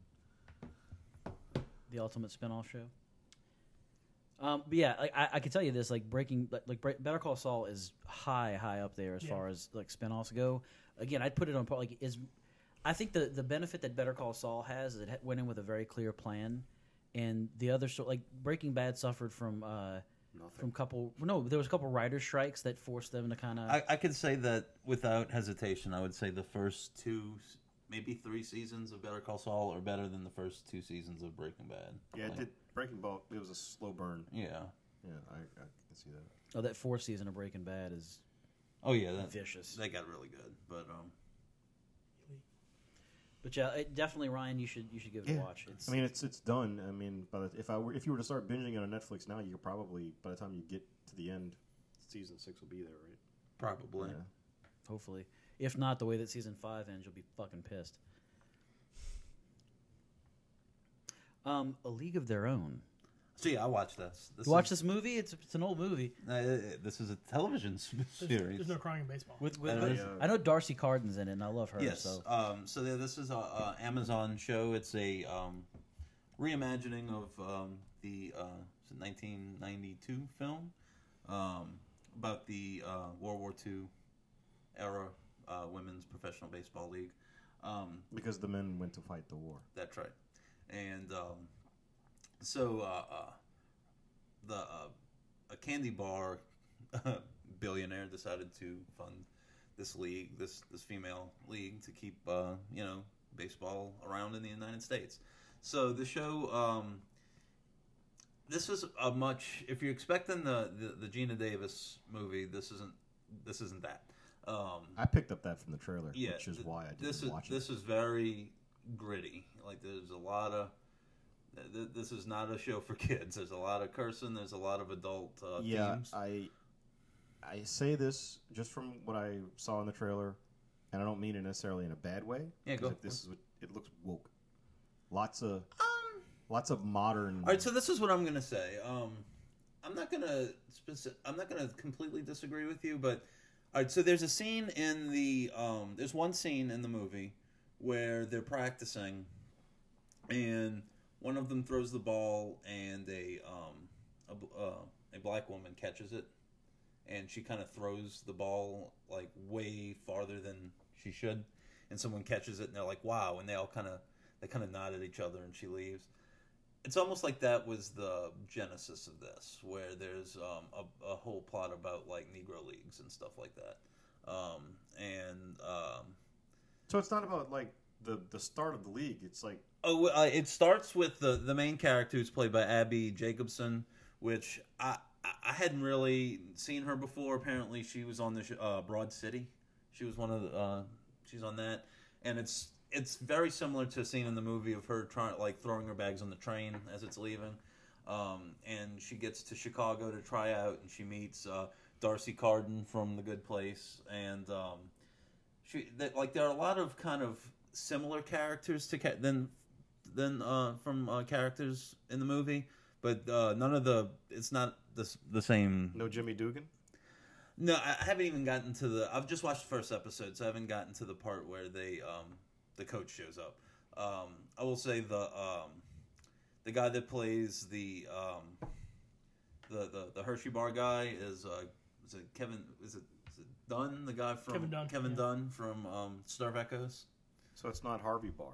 B: the ultimate spinoff show. Um, but yeah, like, I, I can tell you this: like Breaking, like, like Bre- Better Call Saul is high, high up there as
C: Yeah.
B: far as like spinoffs go. Again, I'd put it on par- like is. I think the the benefit that Better Call Saul has is it ha- went in with a very clear plan, and the other show like Breaking Bad suffered from uh from couple no there was a couple writer strikes that forced them to kind of
D: I, I could say that without hesitation. I would say the first two, maybe three seasons of Better Call Saul are better than the first two seasons of Breaking Bad.
A: yeah. It
D: Like,
A: did Breaking Ball. It was a slow burn.
D: Yeah.
A: Yeah, I, I can see that.
B: oh that fourth season of Breaking Bad is
D: Oh yeah. That,
B: vicious.
D: They got really good, but um,
B: But yeah, it, definitely Ryan, you should you should give it a watch. It's
A: I mean, it's it's done. I mean, by the, if I were if you were to start binging it on Netflix now, you could probably by the time you get to the end, season six will be there, right?
D: probably.
A: Yeah.
B: Hopefully. If not, the way that season five ends, you'll be fucking pissed. Um, A League of Their Own.
D: So yeah, I watched this. this
B: You watch
D: is,
B: this movie? It's, it's an old movie.
D: Uh, this is a television s-
C: There's,
D: series.
C: there's no crying in baseball.
B: With, with,
D: And
B: with-
A: it is-
B: I know Darcy Cardin's in it, and I love her.
D: Yes.
B: So.
D: Um, so th- this is a, a Amazon show. It's a um, reimagining of um, the uh, is it 1992 film um, about the uh, World War II era uh, women's professional baseball league. Um,
A: Because the men went to fight the war.
D: that's right. And um, so uh, uh, the uh, a candy bar billionaire decided to fund this league, this this female league, to keep uh, you know baseball around in the United States. So the show. Um, this is a much if you're expecting the, the, the Gina Davis movie, this isn't this isn't that. Um,
A: I picked up that from the trailer,
D: yeah,
A: which is
D: th-
A: why I didn't
D: this is,
A: watch it.
D: This is very gritty. Like there's a lot of. th- th- This is not a show for kids. There's a lot of cursing. There's a lot of adult uh,
A: yeah,
D: themes.
A: I I say this just from what I saw in the trailer, and I don't mean it necessarily in a bad way.
D: Yeah,
A: 'cause
D: go
A: if
D: for
A: This is what it looks woke. Lots of lots of modern.
D: All right, so this is what I'm gonna say. Um, I'm not gonna speci- I'm not gonna completely disagree with you, but all right. So there's a scene in the um, there's one scene in the movie where they're practicing, and one of them throws the ball, and a um, a, bl- uh, a black woman catches it, and she kind of throws the ball like way farther than she should, and someone catches it, and they're like, "Wow!" and they all kind of they kind of nod at each other, and she leaves it's almost like that was the genesis of this, where there's um, a, a whole plot about like Negro leagues and stuff like that, um, and um,
A: So it's not about like the the start of the league. It's like
D: oh, well, uh, it starts with the the main character who's played by Abby Jacobson, which I I I hadn't really seen her before. Apparently, she was on the sh- uh, Broad City. She was one of the uh, she's on that, and it's it's very similar to a scene in the movie of her trying like throwing her bags on the train as it's leaving. Um, and she gets to Chicago to try out, and she meets uh, Darcy Carden from The Good Place, and um, she that like there are a lot of kind of similar characters to ca- than than uh, from uh, characters in the movie, but uh, none of the it's not the s- the same
A: no Jimmy Dugan.
D: no, I I haven't even gotten to the. I've just watched the first episode, so I haven't gotten to the part where they, um, the coach shows up. Um, I will say the um, the guy that plays the um, the, the the Hershey Bar guy is uh, is it Kevin? Is it, is it Dunn? The guy from
C: Kevin Dunn, yeah.
D: Dunn from um, Starve Echoes.
A: So it's not Harvey Barr.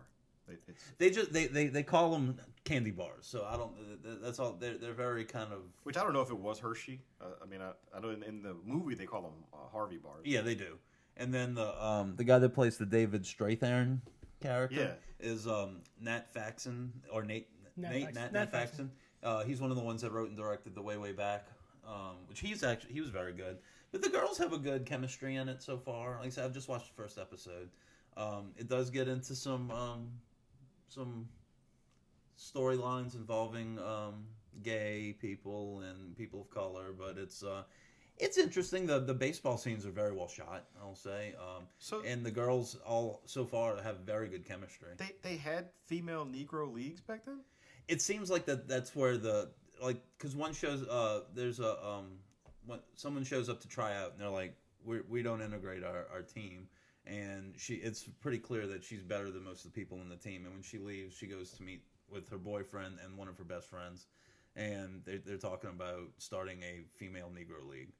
A: It, it's,
D: They just they, they, they call them candy bars. So I don't. th- th- That's all. They're they're very kind of
A: which I don't know if it was Hershey. Uh, I mean, I, I know in, in the movie they call them uh, Harvey bars.
D: yeah they do. And then the um the guy that plays the David Strathairn character is um Nat Faxon or Nate
C: Nat
D: Nate
C: Faxon.
D: Nat,
C: Nat
D: Nat
C: Faxon.
D: Faxon. Uh, he's one of the ones that wrote and directed the Way Way Back, um, which he's actually he was very good. But the girls have a good chemistry in it so far. Like I said, I've just watched the first episode. Um, it does get into some um, some storylines involving um, gay people and people of color, but it's uh, it's interesting. the The baseball scenes are very well shot, I'll say. Um,
A: So-
D: and the girls all so far have very good chemistry.
A: They they had female Negro leagues back then.
D: It seems like that that's where the like because one shows uh, there's a um, when someone shows up to try out and they're like we we don't integrate our, our team. And she, it's pretty clear that she's better than most of the people in the team. And when she leaves, she goes to meet with her boyfriend and one of her best friends, and they're, they're talking about starting a female Negro league.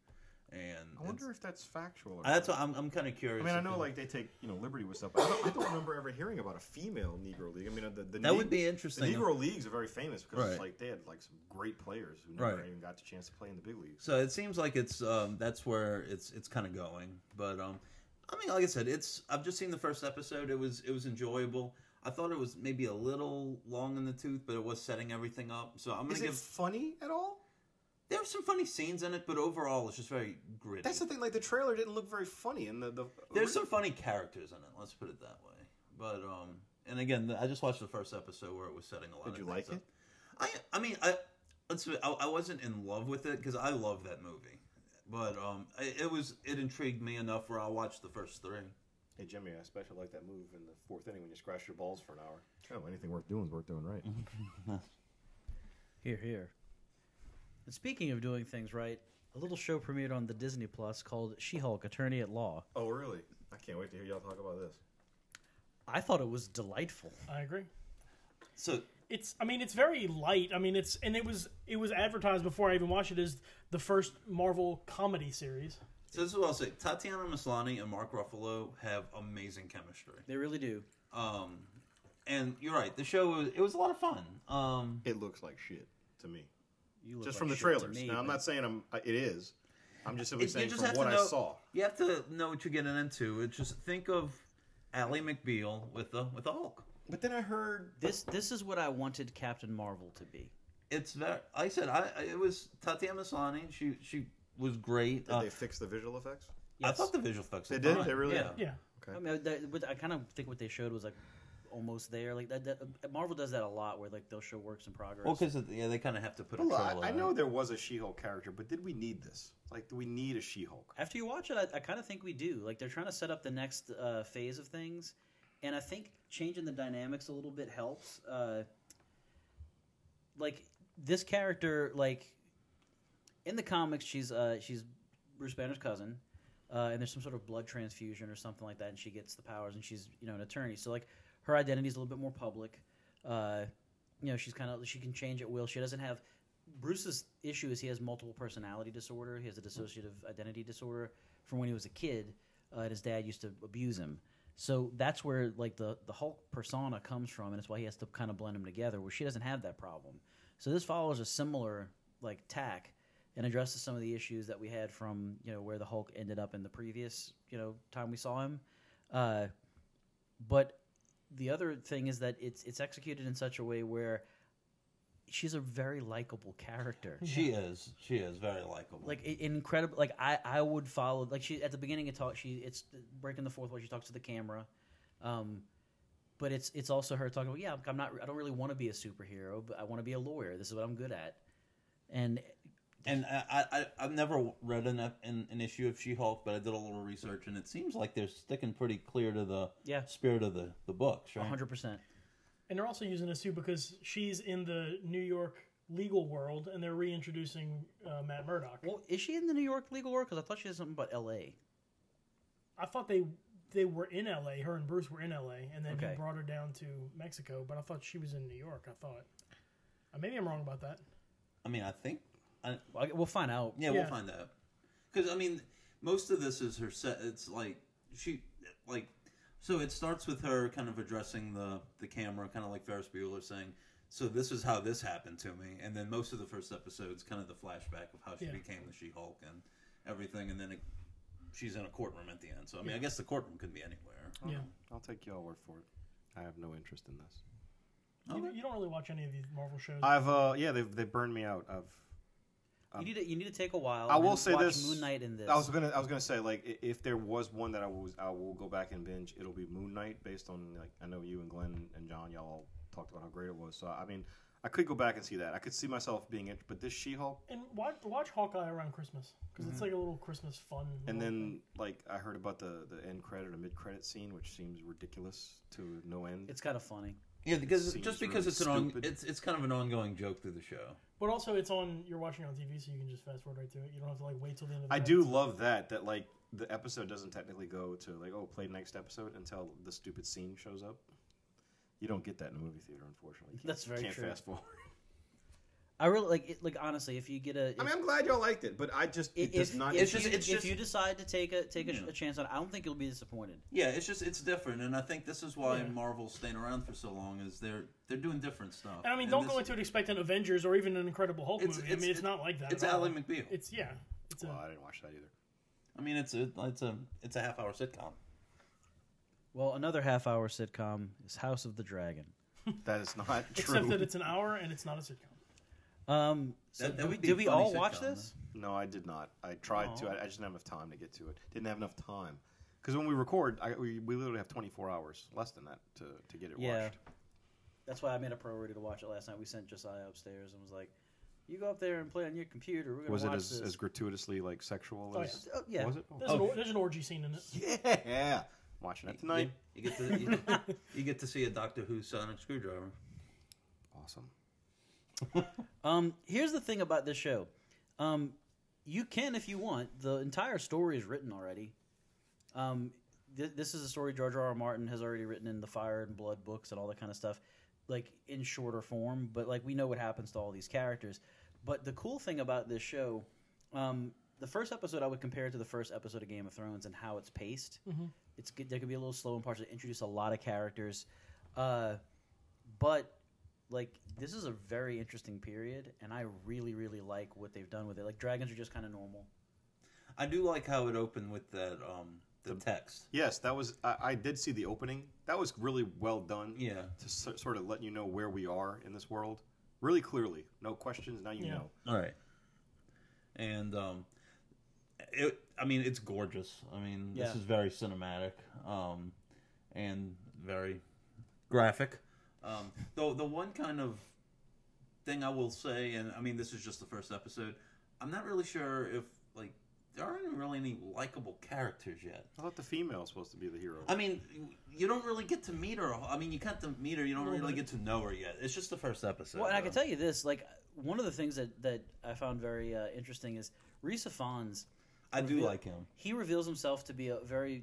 D: And
A: I wonder if that's factual. Or
D: I- Uh, That's
A: not.
D: what I'm, I'm kind of
A: I
D: curious.
A: mean, I
D: if
A: know
D: it-
A: like they take you know liberty with stuff, but I don't, I don't remember ever hearing about a female Negro league. I mean, uh, the, the
D: that would
A: Neg-
D: be
A: the
D: interesting.
A: Negro leagues are very famous because it's
D: Right.
A: like they had like some great players who never
D: Right.
A: even got the chance to play in the big leagues.
D: so it seems like it's um, that's where it's it's kind of going. But um, I mean, like I said, it's I've just seen the first episode. It was it was enjoyable. I thought it was maybe a little long in the tooth, but it was setting everything up. So I'm gonna
A: Is it
D: give.
A: funny at all?
D: there were some funny scenes in it, but overall, it's just very gritty.
A: That's the thing. Like the trailer didn't look very funny, and the, the
D: There's some funny characters in it. Let's put it that way. But um, and again, the- I just watched the first episode where it was setting a lot.
A: Did
D: of
A: you
D: things
A: like
D: up.
A: it?
D: I I mean I let's I, I wasn't in love with it because I love that movie, but um, it, it was it intrigued me enough where I watched the first three.
A: Hey Jimmy, I especially like that move in the fourth inning when you scratch your balls for an hour. Oh, anything worth doing is worth doing right.
D: Mm-hmm.
B: Here, here. And speaking of doing things right, a little show premiered on the Disney Plus called She-Hulk: Attorney at Law.
A: oh, really? I can't wait to hear y'all talk about this.
B: I thought it was delightful.
C: I agree.
D: So
C: It's I mean it's very light. I mean it's and it was it was advertised before I even watched it as the first Marvel comedy series.
D: so this is what I'll say: Tatiana Maslany and Mark Ruffalo have amazing chemistry.
B: They really do.
D: Um, and you're right, the show was it was a lot of fun. Um,
A: It looks like shit to me,
B: You look
A: just
B: like
A: from the
B: shit to
A: trailers.
B: me,
A: now I'm
B: but-
A: not saying I'm. I- It is. I'm just simply
D: it-
A: saying from what
D: know,
A: I saw.
D: You have to know what you're getting into. It's just think of Ally McBeal with the with the Hulk.
A: But then I heard
B: This this is what I wanted Captain Marvel to be.
D: It's very. I said I. I- It was Tatiana Maslany. She she was great.
A: did
D: Uh,
A: they fixed the visual effects.
D: I
B: Yes.
D: thought the visual effects.
A: They
D: were
A: did?
D: fine.
A: They really
D: Yeah.
A: did?
C: Yeah.
B: I mean, that, but I kind of think what they showed was like almost there. Like that, that Marvel does that a lot, where like they'll show works in progress.
D: Well, because yeah, they kind of have to put.
A: Well,
D: a
A: look,
D: trailer
A: I, I
D: out.
A: know there was a She-Hulk character, but did we need this? Like, do we need a She-Hulk?
B: After you watch it, I, I kind of think we do. Like they're trying to set up the next uh, phase of things, and I think changing the dynamics a little bit helps. Uh, like this character, like in the comics, she's uh, she's Bruce Banner's cousin, uh, and there's some sort of blood transfusion or something like that, and she gets the powers, and she's you know an attorney. So like her identity is a little bit more public. Uh, you know, she's kind of she can change at will. She doesn't have Bruce's issue is he has multiple personality disorder. He has a dissociative identity disorder from when he was a kid, uh, and his dad used to abuse him. So that's where like the the Hulk persona comes from, and it's why he has to kind of blend them together. Where she doesn't have that problem. So this follows a similar like tack and addresses some of the issues that we had from you know where the Hulk ended up in the previous you know time we saw him. Uh, but the other thing is that it's it's executed in such a way where she's a very likable character.
D: She is. She is very likable.
B: Like i- incredible, like I, I would follow. Like she at the beginning of talk, she it's breaking the fourth wall. She talks to the camera, um, but it's it's also her talking about yeah, I'm not, I don't really want to be a superhero, but I want to be a lawyer. This is what I'm good at, and
D: and I, I, I've never read an, ep- an, an issue of She-Hulk, but I did a little research, and it seems like they're sticking pretty clear to the
B: Yeah.
D: spirit of the, the books, right?
B: 100. percent
C: And they're also using this too because she's in the New York legal world and they're reintroducing uh, Matt Murdock.
B: Well, is she in the New York legal world? Because I thought she did something about L.A.
C: I thought they they were in L.A. Her and Bruce were in L.A. and then
B: Okay.
C: he brought her down to Mexico. But I thought she was in New York. I thought. Uh, Maybe I'm wrong about that.
D: I mean, I think, I,
B: Well, I- we'll find out.
D: yeah,
C: Yeah.
D: we'll find out. Because I mean, most of this is her set. It's like she, like So it starts with her kind of addressing the the camera, kind of like Ferris Bueller saying, "So this is how this happened to me." And then most of the first episode's kind of the flashback of how she
C: Yeah.
D: became the She Hulk and everything, and then it, she's in a courtroom at the end. So I mean, I guess the courtroom could be anywhere.
C: Yeah.
A: I'll take y'all word for it. I have no interest in this.
C: You, you don't really watch any of these Marvel shows.
A: I've uh yeah, they've they burned me out. I've
B: you need to you need to take a while.
A: Um, I
B: and
A: will
B: then
A: say
B: watch
A: this.
B: Moon Knight in this.
A: I was gonna I was gonna say like i- if there was one that I was I will go back and binge, it'll be Moon Knight based on like I know you and Glenn and John y'all talked about how great it was. So I mean I could go back and see that. I could see myself being in, but this She Hulk
C: and watch, watch Hawkeye around Christmas because it's like a little Christmas fun.
A: Mm-hmm. and
B: Mm-hmm.
C: little
A: then like I heard about the the end credit or mid credit scene, which seems ridiculous to no end.
B: it's kind of funny.
D: Yeah, because
A: Seems
D: just because
A: really
D: it's an on,
A: stupid.
D: it's it's kind of an ongoing joke through the show.
C: But also, it's on. You're watching it on TV, so you can just fast forward right through it. You don't have to like wait till the end of. the
A: I
C: night.
A: do love that that like the episode doesn't technically go to like oh play next episode until the stupid scene shows up. You don't get that in a movie theater, unfortunately. You can't-
B: That's very
A: can't
B: true.
A: Fast forward.
B: I really like it, like honestly, if you get a, if,
A: I mean, I'm glad y'all liked it, but I just it
B: if,
A: does
B: if,
A: not.
B: if
D: it's
B: you,
D: just- it's
B: if
D: just-
B: you decide to take a take a,
D: Yeah.
B: a chance on, it, I don't think you'll be disappointed.
D: Yeah, it's just it's different, and I think this is why
C: Yeah.
D: Marvel's staying around for so long is they're they're doing different stuff.
C: And I mean, don't
D: this-
C: go into it expecting Avengers or even an Incredible Hulk
D: It's-
C: movie. I
D: it's-
C: mean, it's
D: it-
C: not like that.
D: It's
C: at all.
D: Ally McBeal.
C: It's yeah. It's a,
A: well,
B: uh,
A: I didn't watch that either.
D: I mean, it's a it's a it's a half hour sitcom.
B: Well, another half hour sitcom is House of the Dragon.
A: That is not
C: except that
A: true.
C: it's an hour and it's not a sitcom.
B: Um, so
D: That- that
B: did we,
D: would be
B: did we
D: a funny
B: all watch
D: sitcom,
B: this?
A: No, I did not. I tried to. I, I just didn't have enough time to get to it. Didn't have enough time because when we record, I, we, we literally have 24 hours less than that to, to get it
B: Yeah.
A: watched.
B: That's why I made a priority to watch it last night. We sent Josiah upstairs and was like, "You go up there and play on your computer. We're gonna
A: Was it
B: watch
A: as,
B: this."
A: as gratuitously like sexual
C: Oh,
A: as?
B: Oh, yeah.
A: Was it?
C: There's, an, or- there's an orgy scene in it.
A: Yeah. Watching it tonight.
D: You, get to you, you get to see a Doctor Who sonic screwdriver.
A: Awesome.
B: Um, here's the thing about this show. Um, you can, if you want, the entire story is written already. Um, th- this is a story George R. R. Martin has already written in the Fire and Blood books and all that kind of stuff, like in shorter form. But like we know what happens to all these characters. But the cool thing about this show, um, the first episode I would compare to the first episode of Game of Thrones and how it's paced. It's good. There could be a little slow in parts. It introduce a lot of characters, uh, but like this is a very interesting period, and I really, really like what they've done with it. Like dragons are just kind of normal.
D: I do like how it opened with that um the text.
A: Yes, that was. I, I did see the opening. That was really well done.
D: Yeah,
A: To so, sort of let you know where we are in this world, really clearly. No questions. Now you
C: Yeah.
A: know.
D: all right. And um, it I mean it's gorgeous. I mean
B: Yeah.
D: this is very cinematic. Um, and very graphic. Um, though the one kind of thing I will say, and I mean this is just the first episode, I'm not really sure if like there aren't really any likable characters yet.
A: I thought the female was supposed to be the hero.
D: I mean, you don't really get to meet her. I mean, you can't to meet her. You don't really get to know her yet. It's just the first episode.
B: Well, and I can
D: though.
B: tell you this: like one of the things that that I found very uh, interesting is Risa Fons.
D: I do
B: reveal-
D: like him.
B: He reveals himself to be a very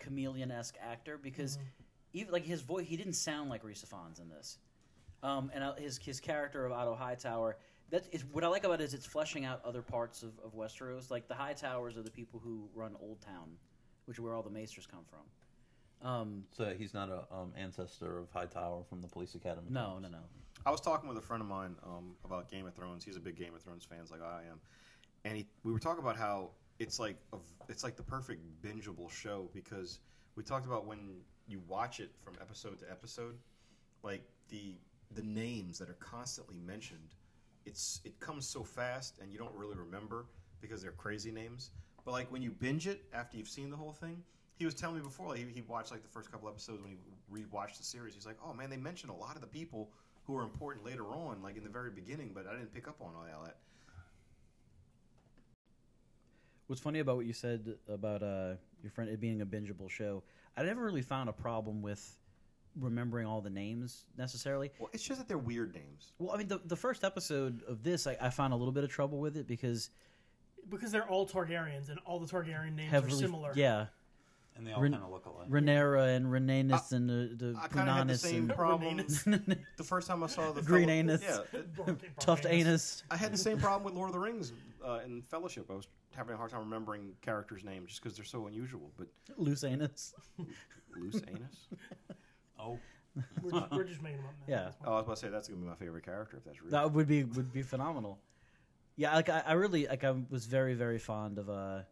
B: chameleon esque actor because even like his voice, he didn't sound like Risa Fons in this. Um, and uh, his his character of Otto Hightower. That is what I like about it is it's fleshing out other parts of, of Westeros. Like the Hightowers are the people who run Old Town, which is where all the Maesters come from. Um,
D: So he's not a um, ancestor of Hightower from the police academy.
B: no, no, no.
A: I was talking with a friend of mine um, about Game of Thrones. He's a big Game of Thrones fans, like "Oh, I am, and he, we were talking about how it's like a, it's like the perfect bingeable show because we talked about when you watch it from episode to episode, like the the names that are constantly mentioned. It's it comes so fast and you don't really remember because they're crazy names. But like when you binge it after you've seen the whole thing, he was telling me before like, he, he watched like the first couple episodes when he rewatched the series. He's like, oh man, they mentioned a lot of the people who were important later on, like in the very beginning, but I didn't pick up on all that.
B: What's funny about what you said about uh, your friend it being a bingeable show, I never really found a problem with remembering all the names necessarily.
A: Well, it's just that they're weird names.
B: Well, I mean, the, the first episode of this, I, I found a little bit of trouble with it because
C: Because they're all Targaryens and all the Targaryen names
B: heavily,
C: are similar.
B: yeah,
D: and they all
B: Ren-
D: kind of look alike.
B: Renera and Renanis and the, the
A: I kind of had the same
B: Punanis
A: problem
B: and
A: the first time I saw the
B: Green
A: fellow-
B: anus.
A: Yeah,
C: Bark- bark
B: Tuft Anus.
A: I had the same problem with Lord of the Rings uh, in Fellowship. I was having a hard time remembering characters' names just because they're so unusual. But
B: Loose Anus.
A: Loose anus.
D: Oh,
C: We're just, we're just making them up now.
B: Yeah.
C: That's fine.
A: Oh, I was about to say that's gonna be my favorite character if that's real.
B: That would be would be phenomenal. Yeah, like I, I really like I was very very fond of uh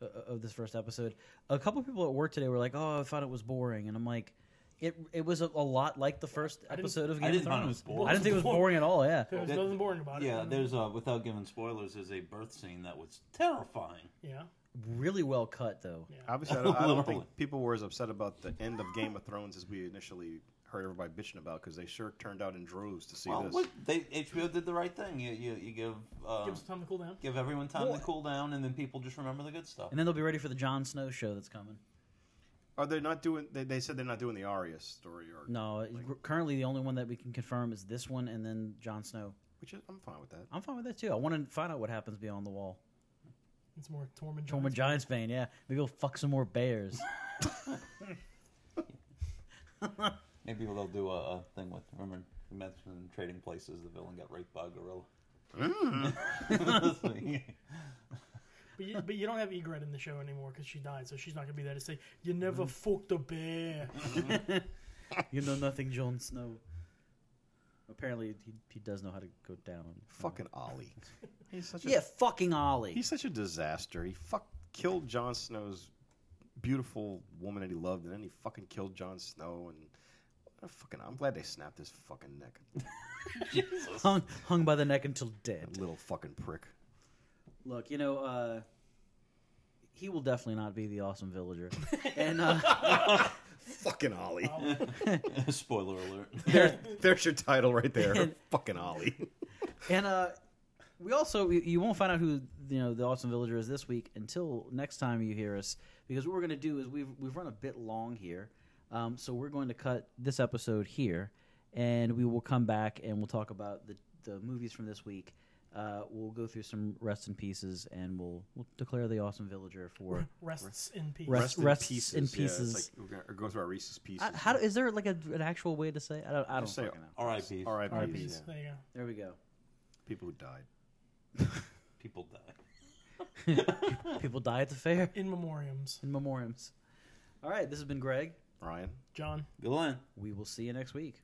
B: o- of this first episode. A couple people at work today were like, "Oh, I thought it was boring," and I'm like, "It it was a, a lot like the first episode of Game
D: I
B: of
D: didn't
B: Thrones.
D: find it was boring.
B: I didn't think it was boring at all. Yeah,
C: There was
D: That-
C: nothing boring about it. Um,
D: yeah. There's uh, without giving spoilers, there's a birth scene that was terrifying.
C: yeah.
B: really well cut though.
A: Obviously, I don't, I don't think
D: Literally.
A: people were as upset about the end of Game of Thrones as we initially heard everybody bitching about because they sure turned out in droves to see
D: Well,
A: this.
D: what, they HBO did the right thing. You you, you give uh,
C: Give us time to cool down.
D: give everyone time
B: Well-
D: to cool down, and then people just remember the good stuff.
B: And then they'll be ready for the Jon Snow show that's coming.
A: Are they not doing? They, they said they're not doing the Arya story, or
B: No, uh, currently the only one that we can confirm is this one, and then Jon Snow.
A: which is, I'm fine with that.
B: I'm fine with that too. I want to find out what happens beyond the wall.
C: It's more Tormund.
B: Tormund Giants
C: Giants.
B: Bane, yeah. Maybe we'll fuck some more bears.
D: Maybe they'll do a, a thing with remember you mentioned Trading Places. The villain got raped by a gorilla.
A: Mm.
C: But you, but you don't have Egret in the show anymore because she died, so she's not gonna be there to say you never
B: Mm.
C: fucked a bear.
B: you know nothing, Jon Snow. Apparently, he, he does know how to go down.
A: Fucking Ollie. He's such a
B: Yeah, fucking Ollie.
A: he's such a disaster. He fuck killed Jon Snow's beautiful woman that he loved, and then he fucking killed Jon Snow. And what a fucking, I'm glad they snapped his fucking neck.
D: Jesus.
B: hung, hung by the neck until dead.
A: Little fucking prick.
B: Look, you know, uh, he will definitely not be the awesome villager. and uh,
A: Fucking Ollie.
D: Spoiler alert.
A: There, there's your title right there.
B: And-
A: fucking Ollie.
B: and uh, we also you- you won't find out who you know the awesome villager is this week until next time you hear us because what we're going to do is we've we've run a bit long here, um, so we're going to cut this episode here, and we will come back and we'll talk about the the movies from this week. Uh, we'll go through some rest in pieces, and we'll we'll declare the awesome villager for.
C: Rests in peace.
B: Rest-
A: in
B: rests
A: pieces.
B: in
A: Yeah, it's
B: pieces.
A: like we're gonna, or go through our Reese's pieces.
B: I, how do, is there like a, an actual way to say? I don't. I don't
A: Just say
B: fucking know.
D: R.I.P.
A: R.I.P.
C: RIPs.
A: yeah.
C: There you go.
B: There we go.
A: People who died.
D: People die.
B: People die at the fair
C: In memoriams.
B: in memoriams. All right, this has been Greg.
A: Ryan.
C: John.
D: Good line.
B: We will see you next week.